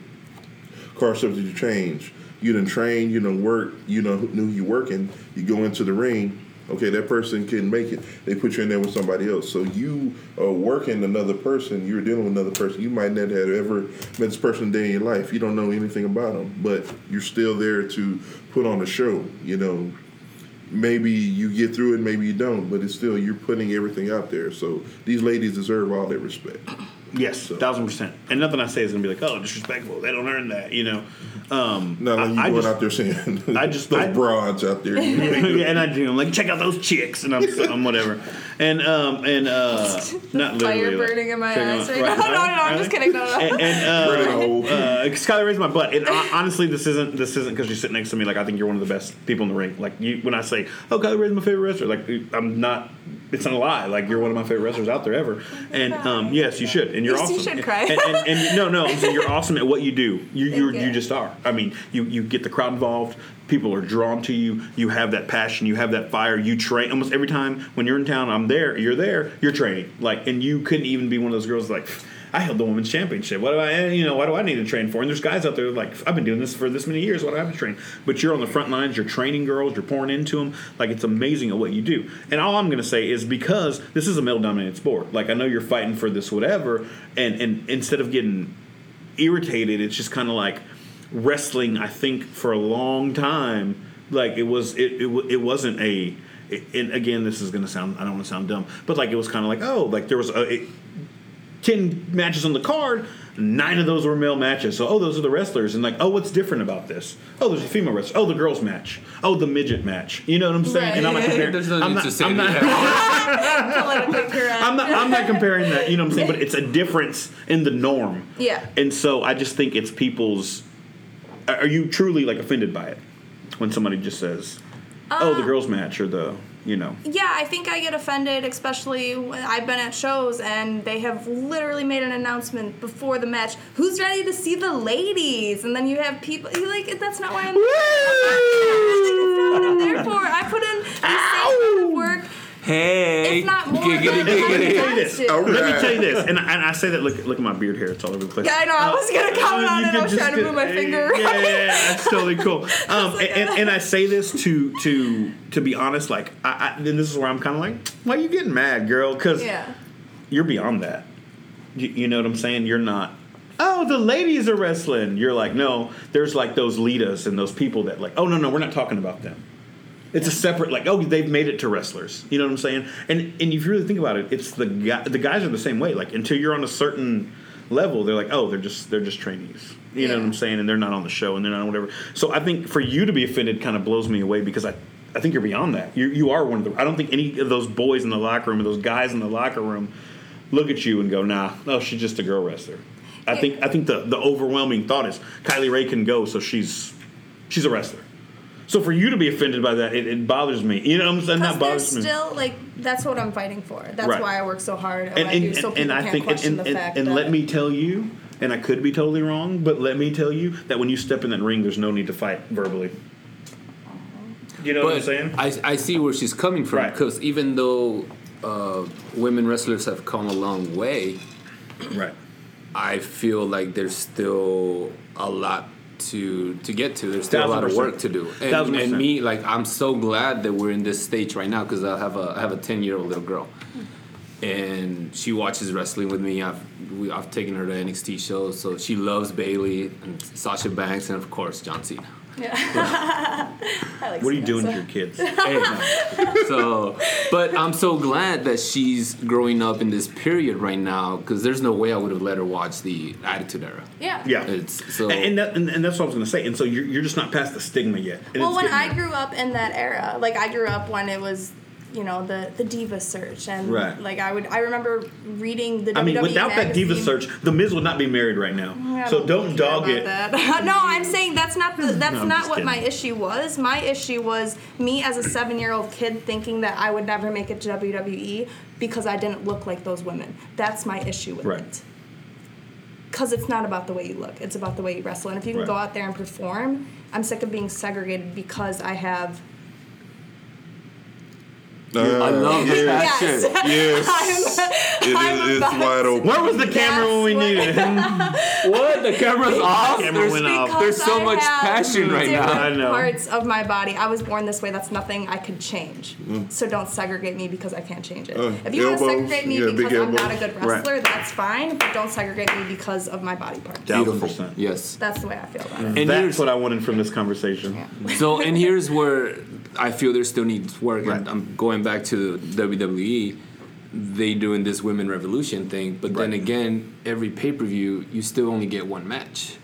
car subject to change. You done train, you done work, you know knew you working. You go into the ring. Okay, that person couldn't make it. They put you in there with somebody else. So you are working another person. You're dealing with another person. You might not have ever met this person a day in your life. You don't know anything about them, but you're still there to put on a show. You know, maybe you get through it, maybe you don't, but it's still you're putting everything out there. So these ladies deserve all their respect.
Yes, thousand percent. And nothing I say is gonna be like, oh, disrespectful. They don't earn that, you know. Um,
Not like you
I, I
going
just,
out there saying
I just-
those
I-
broads out there.
yeah, and I do. I'm like, check out those chicks, and I'm, I'm whatever. And um, and uh, not
Fire
literally, like,
burning in my
check
eyes
out-
right, now. No, no, no, I'm just kidding. No, no.
And, and
Burning a hole.
uh, uh, Skylar raised my butt. And uh, honestly, this isn't this isn't because you sit next to me. Like I think you're one of the best people in the ring. Like you, when I say, "Oh, Skylar raised my favorite wrestler," like uh, I'm not. It's not a lie. Like you're one of my favorite wrestlers out there ever. And um, yes, you should. And you're
Yes,
awesome.
you should cry.
And, and, and no, no, I'm saying you're awesome at what you do. You you
Thank
you
you.
just are. I mean, you you get the crowd involved. People are drawn to you. You have that passion. You have that fire. You train almost every time when you're in town. I'm there. You're there. You're training. Like, and you couldn't even be one of those girls like. I held the women's championship. What do I, you know, what do I need to train for? And there's guys out there like I've been doing this for this many years. What do I have to train? But you're on the front lines. You're training girls. You're pouring into them. Like it's amazing at what you do. And all I'm gonna say is because this is a male dominated sport. Like I know you're fighting for this whatever, and and instead of getting irritated. It's just kind of like wrestling. I think for a long time, like it was it it, wa- it wasn't a. it- and again, this is gonna sound I don't want to sound dumb, but like it was kind of like oh like there was a. It, 10 matches on the card, nine of those were male matches. So, oh, those are the wrestlers. And, like, oh, what's different about this? Oh, there's a female wrestler. Oh, the girls' match. Oh, the midget match. You know what I'm saying?
Right.
And I'm not comparing.
There's no
I'm
need
not-
to say
I'm
that.
not-
Politically correct.
I'm not, I'm not comparing that, you know what I'm saying? But it's a difference in the norm.
Yeah.
And so I just think it's people's. Are are you truly like offended by it when somebody just says, "Oh,
Uh,
the girls' match" or the you know?
Yeah, I think I get offended, especially when I've been at shows and they have literally made an announcement before the match. Who's ready to see the ladies? And then you have people you're like, that's not why I'm. That's not what I'm there for. I put in the same amount of work,
Hey,
if not more.
giggity,
than I
giggity.
have
This.
to.
All
Let me
right.
tell you this, and I, and I say that look look at my beard hair; it's all over the place.
Yeah, I know. I was gonna comment
Uh,
on
you
it.
could
I was
just
trying to
do-
move my finger.
Yeah, yeah, yeah, that's totally cool. Um, and, and, and I say this to to to be honest, like, I, I, and this is where I'm kind of like, why you getting mad, girl? Because
Yeah.
you're beyond that. You, you know what I'm saying? You're not. Oh, the ladies are wrestling. You're like, no. There's like those leaders and those people that like, oh no, no, we're not talking about them. It's a separate like, oh, they've made it to wrestlers. You know what I'm saying? And and if you really think about it, it's the guy. The guys are the same way. Like until you're on a certain level, they're like, oh, they're just they're just trainees. You know what I'm
Yeah.
saying? And they're not on the show and they're not on whatever. So I think for you to be offended kind of blows me away because I. I think you're beyond that. You, you are one of the. I don't think any of those boys in the locker room, or those guys in the locker room, look at you and go, nah, no, she's just a girl wrestler. I think I think the, the overwhelming thought is Kylie Ray can go, so she's she's a wrestler. So for you to be offended by that, it, it bothers me. You know what I'm saying?
Because
That bothers
there's
me.
still like that's what I'm fighting for. That's
Right.
why I work so hard at
and
what I
and,
do, so
and-
people
and I
can't
think and,
question
and,
the fact
and,
that
let me tell you, and I could be totally wrong, but let me tell you that when you step in that ring, there's no need to fight verbally. You know what I'm
But
saying?
I, I see where she's coming from
Right.
because even though uh, women wrestlers have come a long way,
right.
I feel like there's still a lot to to get to. There's still a
Thousand
lot of
percent.
work to do. And,
Thousand
and
percent.
me, like, I'm so glad that we're in this stage right now because I have a I have a 10 year old little girl, and she watches wrestling with me. I've we, I've taken her to NXT shows, so she loves Bailey and Sasha Banks and of course John Cena.
I like
What are you doing to
Samantha.
your kids?
Hey. so, but I'm so glad that she's growing up in this period right now because there's no way I would have let her watch the Attitude Era.
Yeah.
Yeah.
It's so.
and, and that, and, and that's what I was going to say. And so you're, you're just not past the stigma yet. And
Well,
it's
when
getting
I
there.
grew up in that era, like I grew up when it was, you know, the the diva search and
Right.
like I would I remember reading the.
I mean,
WWE
without that diva
E magazine.
search, The Miz would not be married right now.
I
so don't
care
dog
about
it.
That. no, I'm saying that's not the, that's
No, I'm
not
just
what
kidding.
my issue was. My issue was me as a seven year old kid thinking that I would never make it to WWE because I didn't look like those women. That's my issue with
Right.
it. Because it's not about the way you look; it's about the way you wrestle. And if you can
Right.
go out there and perform, I'm sick of being segregated because I have.
I love the
Uh, yeah.
passion.
Yes.
Yes, it is,
I'm
it's
about
wide
to-
open.
Where was the camera when we
That's
needed it?
What? The camera's off?
camera
There's-
went off.
Because
There's so
I
much
have
passion right now.
different
I know.
Parts of my body. I was born this way. That's nothing I could change. So don't segregate me because I can't change it. if you
Mm. Uh,
want
elbows,
to segregate me
yeah, big
because I'm not a
elbows.
good
Right.
wrestler, that's fine. But don't segregate me because of my body parts.
Beautiful.
1000%.
Yes. Mm-hmm.
That's the way I feel about it.
And
That's
here's,
what I wanted from this conversation.
so and here's where I feel there still needs work. And
Right.
I'm going back to WWE. They doing this women revolution thing, but then
Right.
again, every pay per view you still only get one match,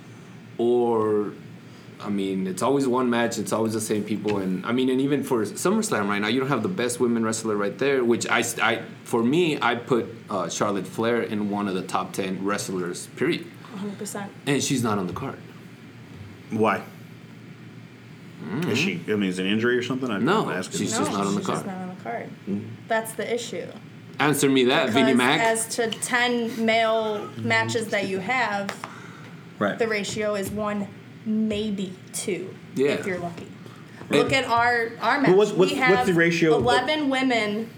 or I mean, it's always one match. It's always the same people, and I mean, and even for SummerSlam right now, you don't have the best women wrestler right there. Which I, st- I for me, I put uh, Charlotte Flair in one of the top ten wrestlers. Period,
100%.
and she's not on the card.
Why? Is she? I mean, is it an injury or something? I'm
No,
asking.
she's just not on the
she's just
card.
not on the card. That's the issue.
Answer me that, Vinnie
Because
Mac.
as to 10 male matches that you have,
right.
the ratio is one, maybe two,
Yeah.
if you're lucky. Look at our our match.
Well, what's- what's-
we
what's
have
the ratio of-
Eleven women,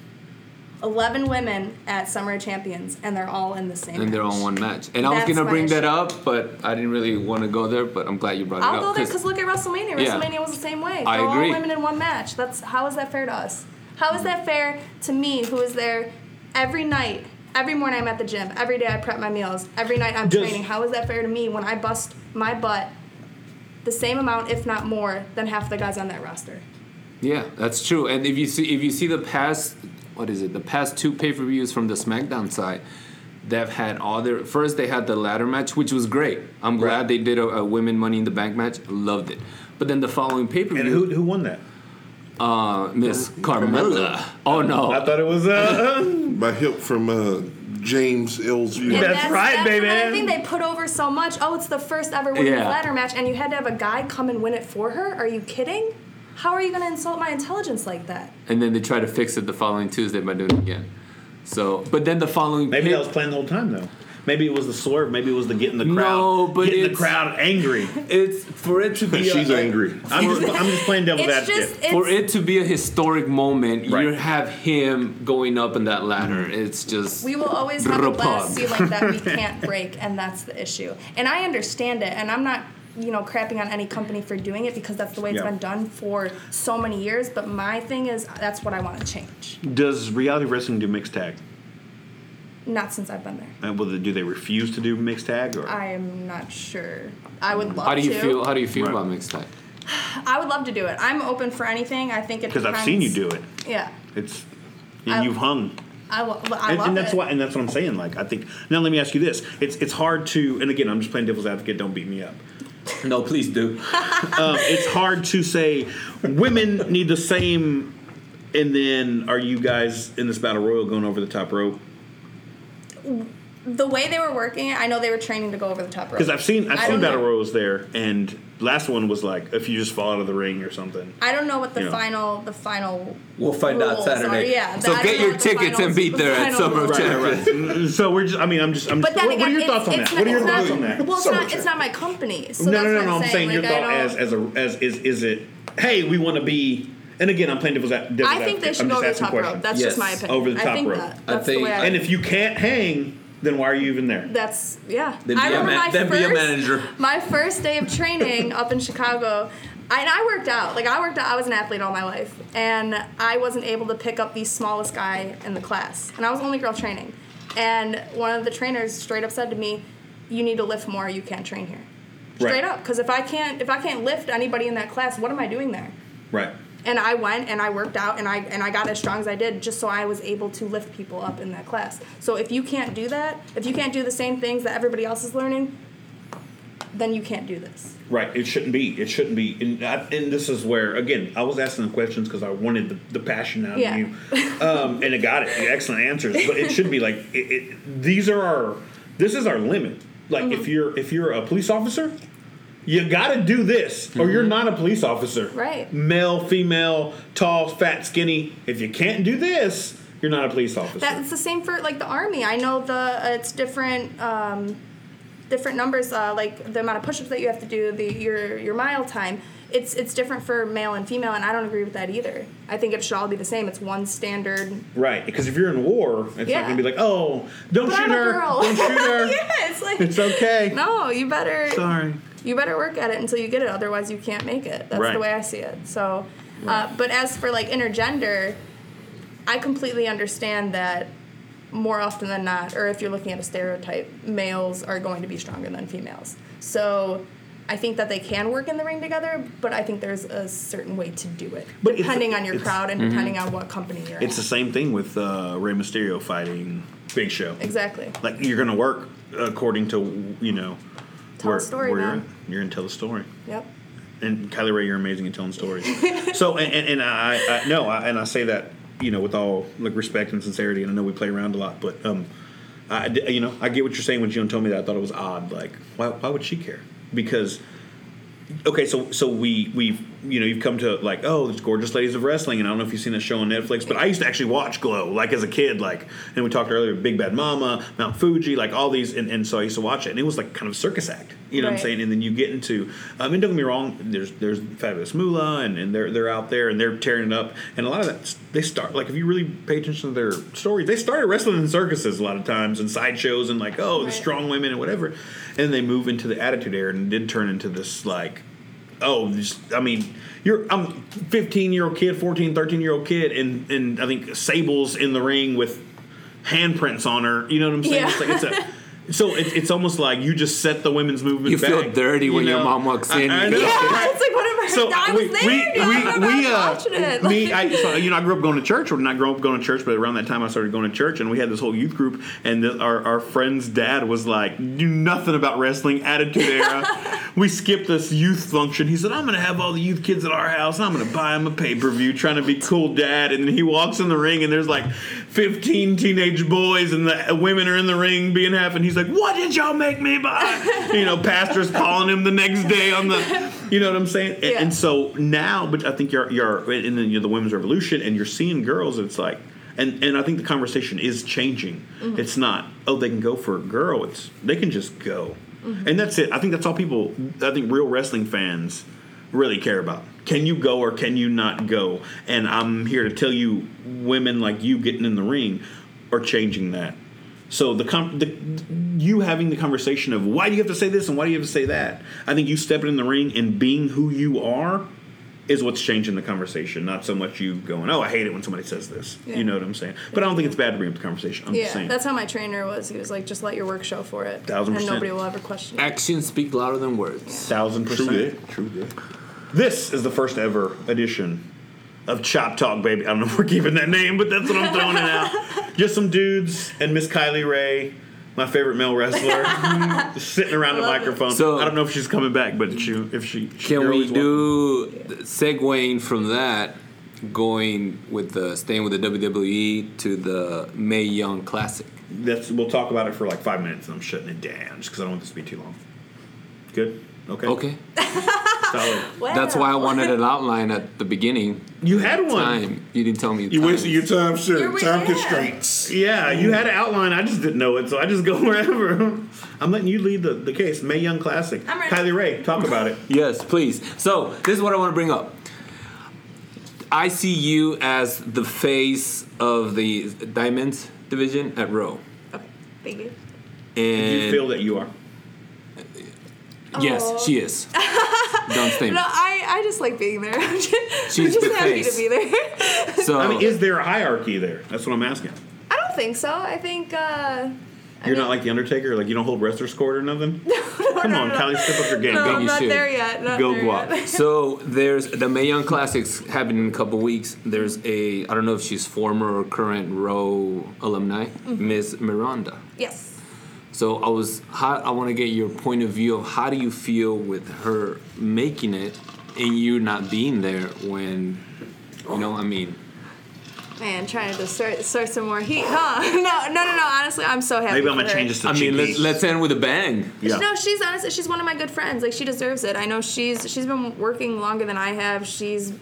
eleven women at Summer of Champions, and they're all in the same.
and they're
match.
all one match. And I was
That's
gonna
my
bring that
issue.
up, but I didn't really want to go there. But I'm glad you brought
I'll
it
go
up.
there because look at WrestleMania.
Yeah.
WrestleMania was the same way.
I
They're
agree.
all women in one match. That's how is that fair to us? How is that fair to me, who is there every night, every morning I'm at the gym, every day I prep my meals, every night I'm
Does-
training. How is that fair to me when I bust my butt the same amount, if not more, than half the guys on that roster?
yeah, that's true. And if you see if you see the past, what is it? The past two pay per views from the SmackDown side, they've had all their first. They had the ladder match, which was great. I'm glad they did a, a women Money in the Bank match. Loved it. But then the following pay per
And who,
view,
who won that?
uh, Miss Carmella. Oh no,
I thought it was. Uh,
My help from uh, James
And
Ellsworth.
That's right, baby.
another thing they put over so much. Oh, it's the first ever women's
Yeah.
ladder match, and you had to have a guy come and win it for her? Are you kidding? How are you going to insult my intelligence like that?
and then they try to fix it the following Tuesday by doing it again. So, but then the following
maybe
pay-
that was planned the whole time though. Maybe it was the swerve. Maybe it was the getting the crowd,
No, but
getting the
it's-
crowd angry.
it's for it to be
She's
a,
angry.
I'm just, I'm just playing devil's
It's
advocate.
just it's,
for it to be a historic moment, you
Right. Mm-hmm.
have him going up in that ladder. It's just
we will always have a
Rapog.
legacy like that we can't break, and that's the issue. And I understand it, and I'm not, you know, crapping on any company for doing it because that's the way it's
Yeah.
been done for so many years. But my thing is, that's what I want to change.
Does reality wrestling do mixed tag?
Not since I've been there.
And will they, do they refuse to do mixed tag? Or
I am not sure. I would love
How do you
to.
feel? How do you feel
Right.
about mixed tag?
I would love to do it. I'm open for anything. I think it
because I've seen you do
depends-
it.
Yeah,
It's
I-
you've hung.
I, lo- I
and,
love
and that's
it.
why, and that's what I'm saying. Like, I think now. Let me ask you this: It's it's hard to, and again, I'm just playing devil's advocate. Don't beat me up.
No, please do.
Um, it's hard to say women need the same, and then are you guys in this battle royal going over the top rope?
the way they were working it. I know they were training to go over the top rope.
Because I've seen I've
I
seen
don't
battle
know.
royals there, and last one was like if you just fall out of the ring or something.
I don't know what the
Yeah.
final the final.
We'll find out
rules Are.
Saturday.
Yeah.
So
I don't
get
know
your
what the
tickets
final-
and beat there
the
at
final
Summer of
rules
Champions.
are.
Right, right. so we're just. I mean, I'm just. I'm
But
just
then
what, what are your
again,
thoughts on
it's-
that?
it's
What are your
not-
thoughts
it's
on
not-
that?
Well, it's
Summer
not. It's
Champions.
not my company. So
no,
that's
no, no,
what
no. I'm saying your
like, I
thought
don't-
as as a as is is it? Hey, we want to be. And again, I'm playing devil's ad- devil's
I think
advocate.
they should
I'm
go over
just
the
asking
top rope.
questions.
That's
Yes.
just my opinion.
Over the
I
top
think
rope.
That,
I
that's the
think-
way I.
And if you can't hang, then why are you even there?
That's yeah.
Then be
I
a
remember
man-
my
then be
first,
a manager.
My first day of training up in Chicago, I, and I worked out. Like I worked out. I was an athlete all my life, and I wasn't able to pick up the smallest guy in the class, and I was the only girl training. And one of the trainers straight up said to me, "You need to lift more. You can't train here." Straight
Right.
up, because if I can't if I can't lift anybody in that class, what am I doing there?
Right.
and I went and I worked out and I and I got as strong as I did just so I was able to lift people up in that class. So if you can't do that, if you can't do the same things that everybody else is learning, then you can't do this.
Right. It shouldn't be. It shouldn't be. And I, and this is where again I was asking the questions because I wanted the, the passion out
Yeah.
of you, um, and I got it. Excellent answers. But it should be like it, it, these are our. This is our limit. Like if
Mm-hmm.
you're if you're a police officer, you got to do this or you're not a police officer.
Right.
Male, female, tall, fat, skinny. If you can't do this, you're not a police officer.
That's the same for like the army. I know the uh, it's different um, different numbers uh, like the amount of push-ups that you have to do, the your your mile time. It's it's different for male and female, and I don't agree with that either. I think it should all be the same. It's one standard.
Right, because if you're in war, it's
Yeah.
not going to be like, oh, don't
But
shoot
I'm a
her,
girl.
don't shoot her.
yeah, it's like
It's okay.
no, you better.
Sorry.
you better work at it until you get it otherwise you can't make it that's
Right.
the way i see it so uh, but as for like intergender i completely understand that more often than not or if you're looking at a stereotype males are going to be stronger than females so I think that they can work in the ring together, but I think there's a certain way to do it,
But it's-
depending on your
it's-
crowd and depending on what company you're
It's the
in.
same thing with uh, Rey Mysterio fighting Big Show.
exactly.
Like you're gonna work according to you know.
Tell a story,
you're,
man.
in. you're in tell the story.
Yep.
And Kylie Ray, you're amazing at telling stories. so and, and, and I, I no, I, and I say that you know with all like respect and sincerity, and I know we play around a lot, but um, I d- you know I get what you're saying when June told me that. I thought it was odd. Like why why would she care? Because okay, so so we we you know you've come to like oh there's gorgeous ladies of wrestling, and I don't know if you've seen that show on Netflix, but I used to actually watch Glow like as a kid, like and we talked earlier Big Bad Mama, Mount Fuji, like all these, and, and so I used to watch it, and it was like kind of a circus act, you know what I'm
Right.
saying? And then you get into, I mean, don't get me wrong, there's there's Fabulous Moolah, and, and they're they're out there and they're tearing it up, and a lot of that they start like if you really pay attention to their stories, they started wrestling in circuses a lot of times and sideshows and like oh the
Right.
strong women and whatever, and they move into the Attitude Era and it did turn into this like oh just, i mean you're i'm 15 year old kid 14 13 year old kid and and i think sable's in the ring with handprints on her you know what i'm saying
Yeah.
it's like it's a so it, it's almost like you just set the women's movement
You feel
back,
dirty when your mom walks in.
I, I know,
Yeah,
right?
it's like one of our
So
dogs
we,
there.
we,
dude.
we,
I'm
we,
not
uh,
watching it.
me, I, so, you know, I grew up going to church, or not grew up going to church, but around that time I started going to church, and we had this whole youth group, and the, our, our friend's dad was like, do nothing about wrestling, attitude era. we skipped this youth function. He said, I'm going to have all the youth kids at our house, and I'm going to buy them a pay-per-view, trying to be cool dad, and then he walks in the ring, and there's like 15 teenage boys, and the women are in the ring being half, and he's like, what did y'all make me buy? you know, pastor's calling him the next day on the, you know what I'm saying? And-
Yeah.
and so so now, but I think you're you're in the, you know, the women's revolution, and you're seeing girls. It's like, and and I think the conversation is changing. It's not oh they can go for a girl. It's they can just go, and that's it. I think that's all people. I think real wrestling fans really care about. Can you go or can you not go? And I'm here to tell you, women like you getting in the ring are changing that. So the, com- the you having the conversation of why do you have to say this and why do you have to say that? I think you stepping in the ring and being who you are is what's changing the conversation, not so much you going, "Oh, I hate it when somebody says this."
Yeah.
You know what I'm saying? But I don't think it's bad to bring up the conversation. I'm just
yeah,
saying.
that's how my trainer was. He was like, just let your work show for it,
Thousand
and
percent.
nobody will ever question it.
Actions speak louder than words.
thousand
True
percent.
that. True that.
This is the first ever edition of Chop Talk, baby. I don't know if we're keeping that name, but that's what I'm throwing it out. Just some dudes and Miss Kylie Ray, my favorite male wrestler, sitting around the
Love it.
microphone.
So-
I don't know if she's coming back, but she, if she,
Can
you're
we
always welcome.
do segueing from that, going with the staying with the WWE to the May Young Classic?
That's we'll talk about it for like five minutes, and I'm shutting it down just because I don't want this to be too long. Good. Okay.
Okay,
Solid.
that's why I wanted an outline at the beginning.
You had one.
Time you didn't tell me.
You
time.
wasted your time,
Here
sir.
we
Time
are.
constraints.
Yeah, you had an outline. I just didn't know it, so I just go wherever. I'm letting you lead the, the case. May Young Classic.
I'm ready.
Kylie Ray, talk about it.
Yes, please. So this is what I want to bring up. I see you as the face of the Diamonds division at Raw.
Okay, thank you.
Do
And
you feel that you are?
yes,
Aw.
she is. Don't stain.
No, I, I just like being there. I'm just,
She's
I'm just
the
happy
face.
to be there.
So
I mean, is there a hierarchy there? That's what I'm asking.
I don't think so. I think uh,
You're not like the Undertaker, like you don't hold wrestler's court or nothing. Come on, Kylie, step up your game.
no,
think
I'm
you
not
should.
there yet. Not
Go
there
guap.
yet.
so there's the Mae Young Classics happening in a couple weeks. There's a I don't know if she's former or current Raw alumni, Miss Miranda.
Yes.
So I was how, I want to get your point of view of how do you feel with her making it and you not being there when you know I mean
Man, trying to start start some more heat, huh? No, no, no, no. Honestly, I'm so happy.
Maybe I'm
for
gonna
her.
change this to
I mean
Chiquis.
let's let's end with a bang.
Yeah.
No, she's honestly she's one of my good friends. Like she deserves it. I know she's she's been working longer than I have. She's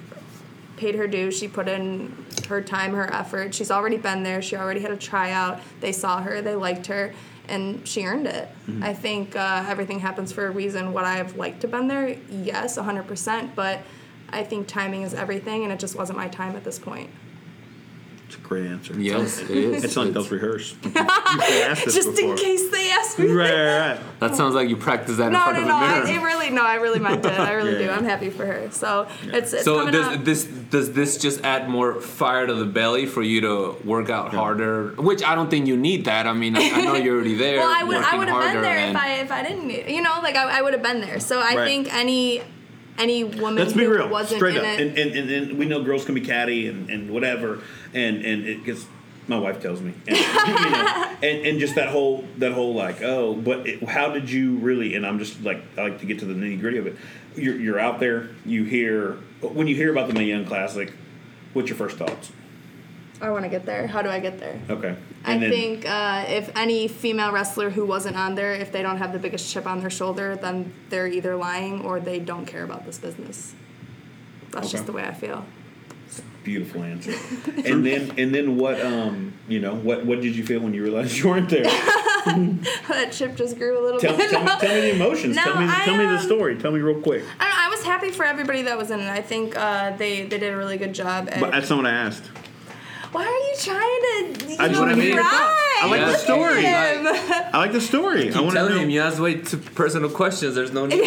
paid her due. She put in her time, her effort. She's already been there. She already had a tryout. They saw her. They liked her, and she earned it.
Mm-hmm.
I think uh, everything happens for a reason. Would I have liked to been there? Yes, hundred percent. But I think timing is everything, and it just wasn't my time at this point.
It's a great answer.
Yes, it is.
It's not else rehearsed. You've been asked this
Just in
before.
case they ask
Right,
me.
right, right.
That sounds like you practice that in
No,
front
no,
of
no.
a
I,
mirror.
it really, no. I really meant it. I really
Yeah,
do.
yeah.
I'm happy for her. So it's, it's
so
coming
does
up.
this does this just add more fire to the belly for you to work out harder? Which I don't think you need that. I mean, I, I know you're already there.
Well, I would I
working
would have been
harder
there if
and-
I if I didn't you know like I, I would have been there. So I
Right.
think any any woman
Let's be
who
real,
wasn't
straight
in
up.
it.
And, and, and and we know girls can be catty and, and whatever, and and it gets. My wife tells me, and, you know, and and just that whole that whole like oh, but it, how did you really? And I'm just like I like to get to the nitty gritty of it. You're you're out there. You hear when you hear about the Mae Young Classic. What's your first thoughts?
I want to get there. How do I get there?
Okay, and
I think uh, if any female wrestler who wasn't on there, if they don't have the biggest chip on their shoulder, then they're either lying or they don't care about this business. That's
Okay.
just the way I feel.
beautiful answer. and then and then what? Um, you know what? What did you feel when you realized you weren't there?
that chip just grew a little
tell,
bit.
tell, me, tell me the emotions.
No,
tell me
I,
tell me the
um,
story. Tell me real quick.
I, don't know, I was happy for everybody that was in it. I think uh, they they did a really good job. At,
But that's not what I asked.
why are you trying to? You
I just
know,
wanna hear your
cry?
I like the
Look at
story.
him.
I like the story. I
Keep
want to
telling
know.
him you asked way too personal questions. There's no need.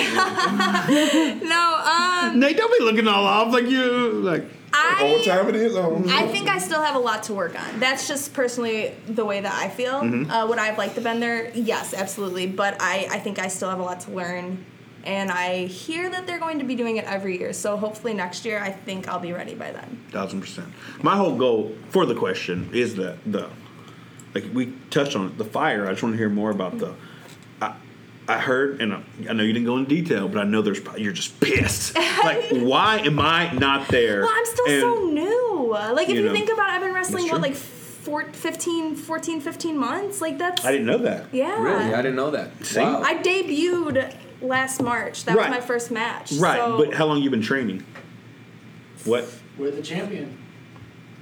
no, um,
Nate, don't be looking all off like you like.
Oh, what
I
time it is? Oh.
I think I still have a lot to work on. That's just personally the way that I feel.
Mm-hmm.
Uh, would I have liked to been there? Yes, absolutely. But I, I think I still have a lot to learn. And I hear that they're going to be doing it every year. So hopefully next year, I think I'll be ready by then.
Thousand percent. My whole goal for the question is the the like we touched on it, the fire. I just want to hear more about the. I I heard, and I, I know you didn't go in detail, but I know there's probably- you're just pissed. Like, why am I not there?
Well, I'm still
And-
so new. Like, if
You
you,
know,
think about it, I've been wrestling,
that's
what,
true.
like four, 15, 14, 15 months? Like, that's.
I didn't know that.
Yeah.
Really, I didn't know that.
See?
Wow.
I debuted last March. That
Right.
was my first match.
Right,
so-
but how long you been training? What?
We're the champion.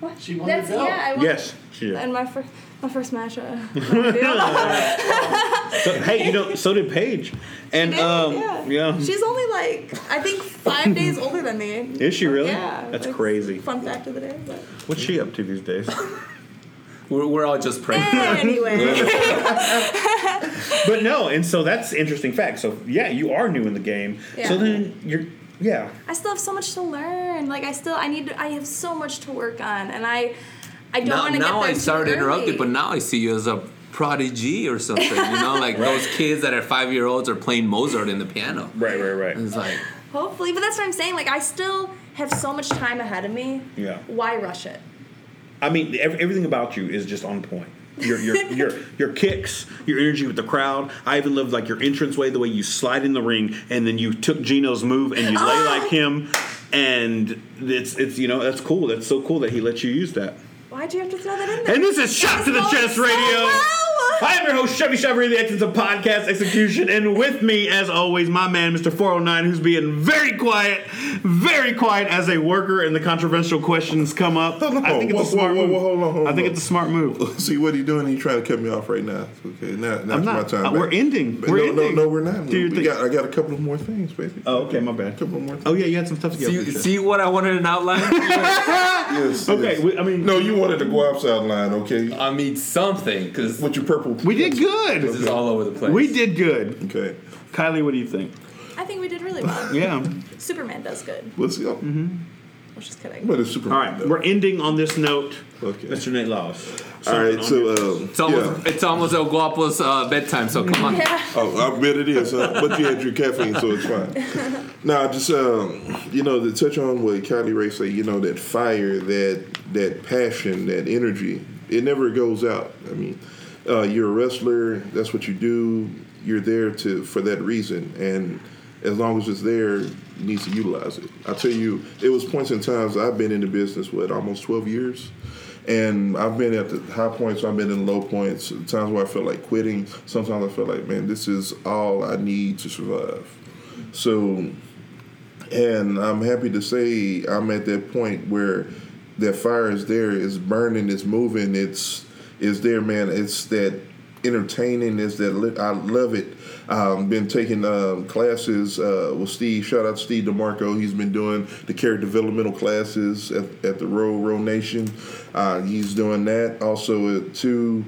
What? She won
That's,
the belt.
yeah, I won-
Yes. she did. Um,
And my first, my first match. Uh,
So, hey, you know, so did Paige, and um, yeah.
She's only like I think five days older than me.
Is she really?
Yeah.
That's
like,
crazy.
Fun fact of the day. But.
What's she up to these days?
we're, we're all just praying.
Eh, Anyway,
but no, and so that's interesting fact. So yeah, you are new in the game.
Yeah.
So then you're yeah.
I still have so much to learn. Like I still I need to, I have so much to work on, and I I don't
now,
want to get
now
there
I
too
started
early.
interrupting, but now I see you as a prodigy or something. You know, like those kids that are five year olds are playing Mozart in the piano.
Right, right,
It's like
hopefully, but that's what I'm saying. Like I still have so much time ahead of me.
Yeah.
Why rush it?
I mean, ev everything about you is just on point. Your your your your kicks, your energy with the crowd. I even loved like your entrance way, the way you slide in the ring, and then you took Gino's move and you lay
Oh.
like him, and it's it's you know that's cool. That's so cool that he lets you use that.
Why'd you have to throw that in there?
And this is Shot to the
It's going
Chest
so
Radio.
well.
I am your host, Chevy Chevy, the Exits of Podcast Execution, and with me, as always, my man, Mr. 409, who's being very quiet, very quiet as a worker, and the controversial questions come up.
Hold on,
I think it's
whoa,
a smart
whoa, whoa,
move.
hold on, hold
I think
on.
it's a smart move.
See what he doing? He trying to cut me off right now. Okay, now, now
I'm not-
it's my time.
uh, we're
back.
ending.
But
We're
no,
ending.
no, no, we're not.
Do your
we
thing.
got, I got a couple of more things, baby.
Oh, okay, my bad.
couple more. Things.
Oh, yeah, you had some stuff to get
see,
off your chest.
see what I wanted an outline.
yes,
Okay,
yes.
we, uh, I mean,
no, you wanted the Guaps outline, okay?
I mean something because
With your purple.
we did
this is
good.
all over the place.
We did good.
Okay.
Kylie, what do you think?
I think we did really well.
Yeah.
Superman does good.
Let's see.
I was just kidding.
But it's super.
Mm-hmm. All right, we're ending on this note.
Okay.
Mr. Nate Laws.
All right. So, um,
It's almost,
yeah.
it's almost El Guapo's uh, bedtime, so come on.
Oh, I bet it is. Huh? But you had your caffeine, so it's fine. now, just um, you know, to touch on what Kylie Ray said, you know, that fire, that that passion, that energy, it never goes out. I mean, uh, you're a wrestler. That's what you do. You're there to for that reason, and as long as it's there, you need to utilize it. I tell you, it was points in times I've been in the business what almost 12 years. And I've been at the high points, I've been in low points, times where I feel like quitting. Sometimes I feel like, man, this is all I need to survive. So, and I'm happy to say I'm at that point where that fire is there, it's burning, it's moving, it's it's there, man. It's that entertaining is that li- I love it. Um, been taking um, classes uh, with Steve. Shout out Steve DeMarco. He's been doing the character developmental classes at, at the Row Row Nation. Uh, he's doing that also at two.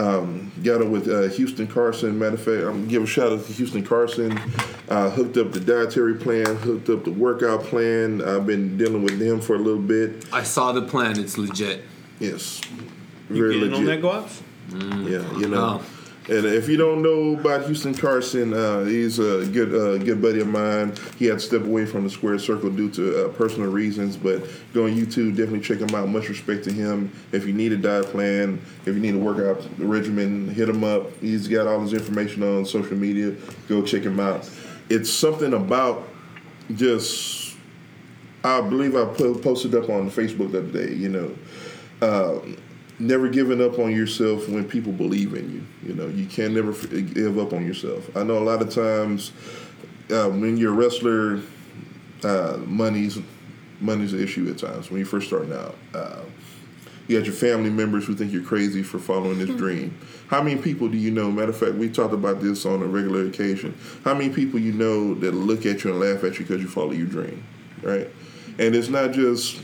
Um, got it with uh, Houston Carson. Matter of fact, I'm gonna give a shout out to Houston Carson. Uh, hooked up the dietary plan, hooked up the workout plan. I've been dealing with him for a little bit.
I saw the plan. It's legit.
Yes,
You
very
get in on that,
legit.
Guaps?
Yeah, you know. And if you don't know about Houston Carson, uh, he's a good uh, good buddy of mine. He had to step away from the square circle due to uh, personal reasons, but go on YouTube, definitely check him out. Much respect to him. If you need a diet plan, if you need a workout regimen, hit him up. He's got all his information on social media. Go check him out. It's something about just I believe I po- posted up on Facebook the other day. You know, um, never giving up on yourself when people believe in you. You know, you can never f- give up on yourself. I know a lot of times uh, when you're a wrestler, uh, money's money's an issue at times when you're first starting out. Uh, you got your family members who think you're crazy for following this dream. How many people do you know? Matter of fact, we talked about this on a regular occasion. How many people you know that look at you and laugh at you because you follow your dream, right? And it's not just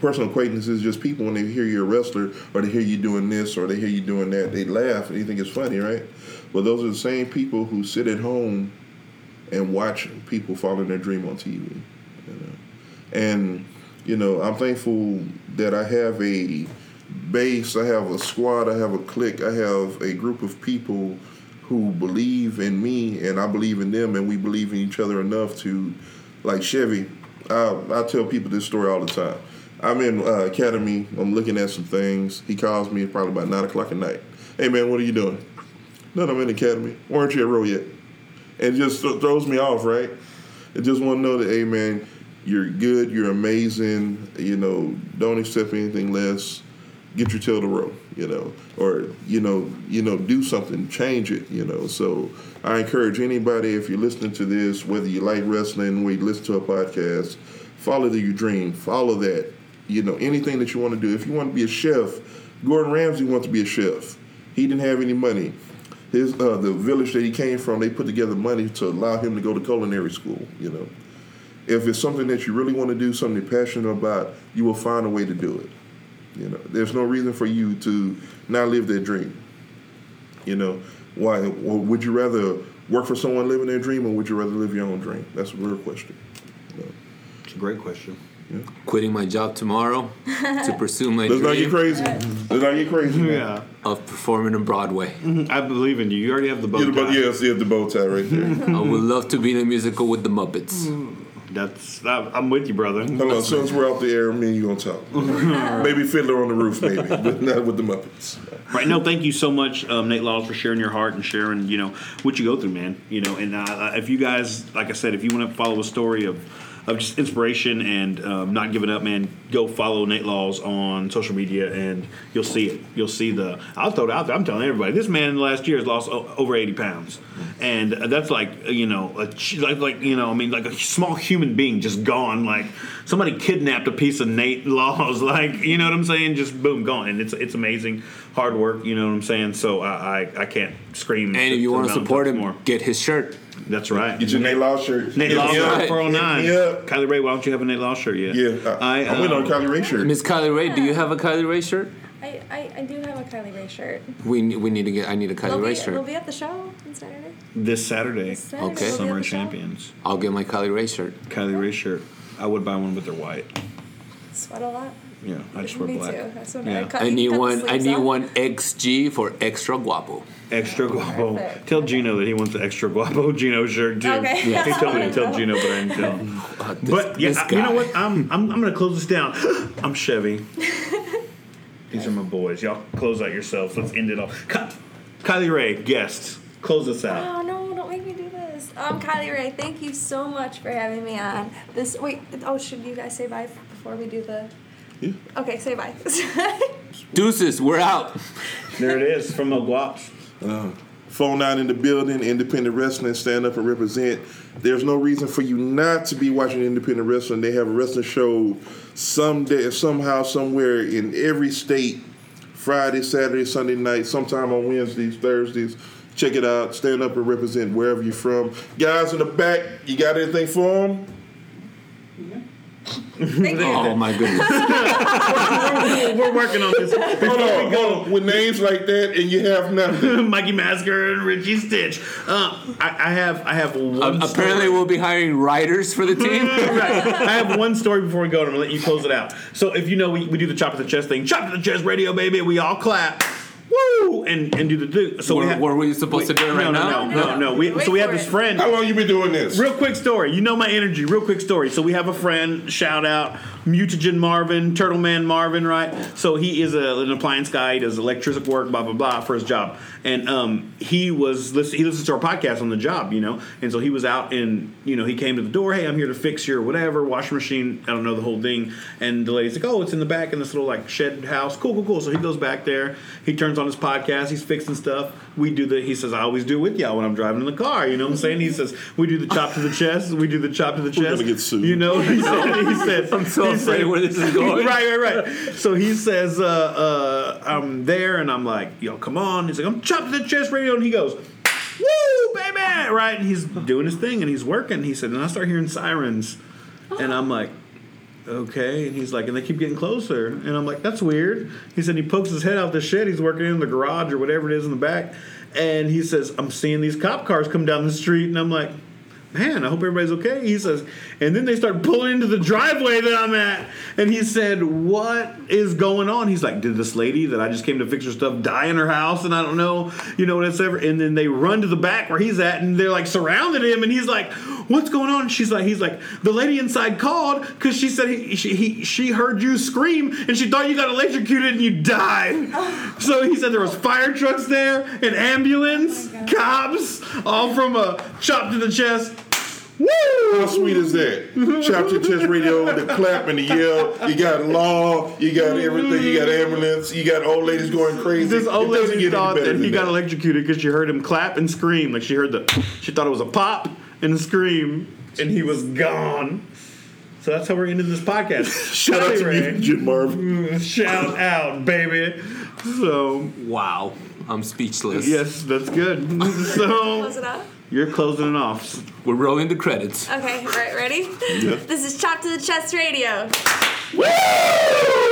personal acquaintances, just people when they hear you're a wrestler or they hear you doing this or they hear you doing that, they laugh and they think it's funny, right? But those are the same people who sit at home and watch people following their dream on TV. You know? And, you know, I'm thankful that I have a base, I have a squad, I have a clique, I have a group of people who believe in me and I believe in them and we believe in each other enough to, like Chevy, I, I tell people this story all the time. I'm in uh, academy, I'm looking at some things. He calls me probably about 9 o'clock at night. Hey man, what are you doing? None, I'm in academy. Weren't you at row yet? and it just th- throws me off, right? I just want to know that, hey, man, you're good, you're amazing, you know, don't accept anything less. Get your tail to row, you know, or you know, you know, do something, change it, you know. So I encourage anybody if you're listening to this, whether you like wrestling, whether you listen to a podcast, follow the, your dream, follow that, you know, anything that you want to do. If you want to be a chef, Gordon Ramsay wants to be a chef. He didn't have any money his uh, the village that he came from, they put together money to allow him to go to culinary school. You know, if it's something that you really want to do, something you're passionate about, you will find a way to do it. You know, there's no reason for you to not live that dream. You know, why well, would you rather work for someone living their dream, or would you rather live your own dream? That's a real question.
It's a great question.
Quitting my job tomorrow to pursue my
Let's not
dream
get crazy. Let's not get crazy. man.
Yeah.
of performing on Broadway.
I believe in you. You already have the bow
You're the bow,
tie.
yes, you have the bow tie right there.
I would love to be in a musical with the Muppets.
That's I, I'm with you, brother.
Hold on, since we're out the air, me and you gonna talk. maybe Fiddler on the Roof, maybe, but not with the Muppets.
Right now, thank you so much, um, Nate Laws, for sharing your heart and sharing, you know, what you go through, man. You know, and uh, if you guys, like I said, if you want to follow a story of, of just inspiration and um, not giving up, man, go follow Nate Laws on social media, and you'll see it. You'll see the. I'll throw it out there. I'm telling everybody, this man in the last year has lost o- over 80 pounds, and that's like, you know, a, ch- like, like you know, I mean, like a small human being just gone. Like somebody kidnapped a piece of Nate Laws. Like you know what I'm saying? Just boom, gone. And it's it's amazing hard work. You know what I'm saying? So I I, I can't scream.
And if you want to
mountaintops
support him,
more.
get his shirt.
that's right.
Get your Nate Law shirt.
Nate
Hit
Law
me up.
right.
shirt 409.
Hit me up.
Kylie Ray, why don't you have a Nate Law shirt yet?
Yeah,
I,
I, I went
uh,
on Kylie Ray shirt.
Miss Kylie Ray, do you have a Kylie Ray shirt?
I, I, I do have a Kylie Ray shirt.
We ne- we need to get. I need a
We'll
Kylie Ray
be, we'll
shirt.
be at the show on Saturday.
this Saturday.
Saturday
Okay.
we'll be at
Summer
the show.
champions.
I'll get my Kylie Ray shirt.
Kylie Ray shirt. I would buy one, but they're white.
Sweat a lot.
Yeah, I just wear
Me
black.
too. That's what
Yeah.
I cut,
I
you
need
cut the
one. I
sleeves
need
up.
one XG for extra guapo.
Extra guapo.
Perfect.
Tell Gino that he wants the extra guapo Gino shirt too.
Okay. Yeah.
He told me to tell Gino, but I didn't tell him.
Uh, this-
But yeah,
this
I- you know
guy.
what? I'm I'm, I'm gonna close this down. I'm Chevy. These are my boys. Y'all close out yourselves. Let's end it off. Ky- Kylie Ray, guest, close us out.
Oh no! Don't make me do this. Um, Kylie Ray, thank you so much for having me on. This wait. Oh, should you guys say bye before we do the? Okay, say bye.
Deuces, we're out.
There it is from the Guaps.
Phone nine in the building, independent wrestling, stand up and represent. There's no reason for you not to be watching independent wrestling. They have a wrestling show someday, somehow, somewhere in every state Friday, Saturday, Sunday night, sometime on Wednesdays, Thursdays. Check it out. Stand up and represent wherever you're from. Guys in the back, you got anything for them?
Thank
Oh
you.
my goodness.
we're, we're working on this.
Hold on, hold on. With names like that, and you have nothing.
Mikey Masker and Richie Stitch. Uh, I, I have I have one.
Um,
story.
apparently, we'll be hiring writers for the team.
Right. I have one story before we go, and I'm gonna let you close it out. So if you know, we, we do the chop at the chest thing. Chop at the chest radio, baby. We all clap. Woo! And and do the do. So
Were-
we have,
were we supposed to do it
no,
right
no,
now?
No, no, no. We,
Wait
so we have
for
this
it.
friend.
How long you been doing this?
Real quick story. You know my energy. Real quick story. So we have a friend. Shout out Mutagen Marvin, Turtle Man Marvin. Right. So he is a, an appliance guy. He does electric work. Blah blah blah for his job. And um, he was listen, he listens to our podcast on the job. You know. And so he was out and you know he came to the door. Hey, I'm here to fix your whatever washing machine. I don't know the whole thing. And the lady's like, oh, it's in the back in this little like shed house. Cool, cool, cool. So he goes back there. He turns on his podcast. He's fixing stuff. We do the. He says, I always do it with y'all when I'm driving in the car. You know what I'm saying? He says, we do the chop to the chest. We do the chop to the chest.
gonna get sued.
You know? He said. He said
I'm so
he
afraid
said-
where this is going.
right, right, right. So he says, uh, uh, I'm there, and I'm like, yo, come on. He's like, I'm chopped to the chest radio, and he goes, woo, baby, right? And he's doing his thing, and he's working. He said, and I start hearing sirens, and I'm like, okay. And he's like, and they keep getting closer, and I'm like, that's weird. He said, he pokes his head out the shed. He's working in the garage or whatever it is in the back, and he says, I'm seeing these cop cars come down the street, and I'm like. Man, I hope everybody's okay. He says, and then they start pulling into the driveway that I'm at. And he said, What is going on? He's like, Did this lady that I just came to fix her stuff die in her house? And I don't know, you know, whatever. And then they run to the back where he's at and they're like surrounded him. And he's like, What's going on? And she's like, He's like, The lady inside called because she said he, she, he, she heard you scream and she thought you got electrocuted and you died. so he said there was fire trucks there, an ambulance, cops, all from a chop to the chest.
How
Woo!
sweet is that? Chop your chest radio, the clap and the yell. You got law, you got everything. You got ambulance, you got old ladies going crazy.
This old
It doesn't
lady
get any
thought
better
that he
than
got electrocuted because she heard him clap and scream. Like she heard the, she thought it was a pop and a scream, and he was gone. So that's how we're ending this podcast.
Shout out to you,
Anyway, Mm,
Jim Marvin.
Shout out, baby. So
Wow, I'm speechless.
yes, that's good.
Close
So
it up.
you're closing it off.
We're rolling the credits.
Okay, right, ready? This is Chop to the Chest Radio.
Woo!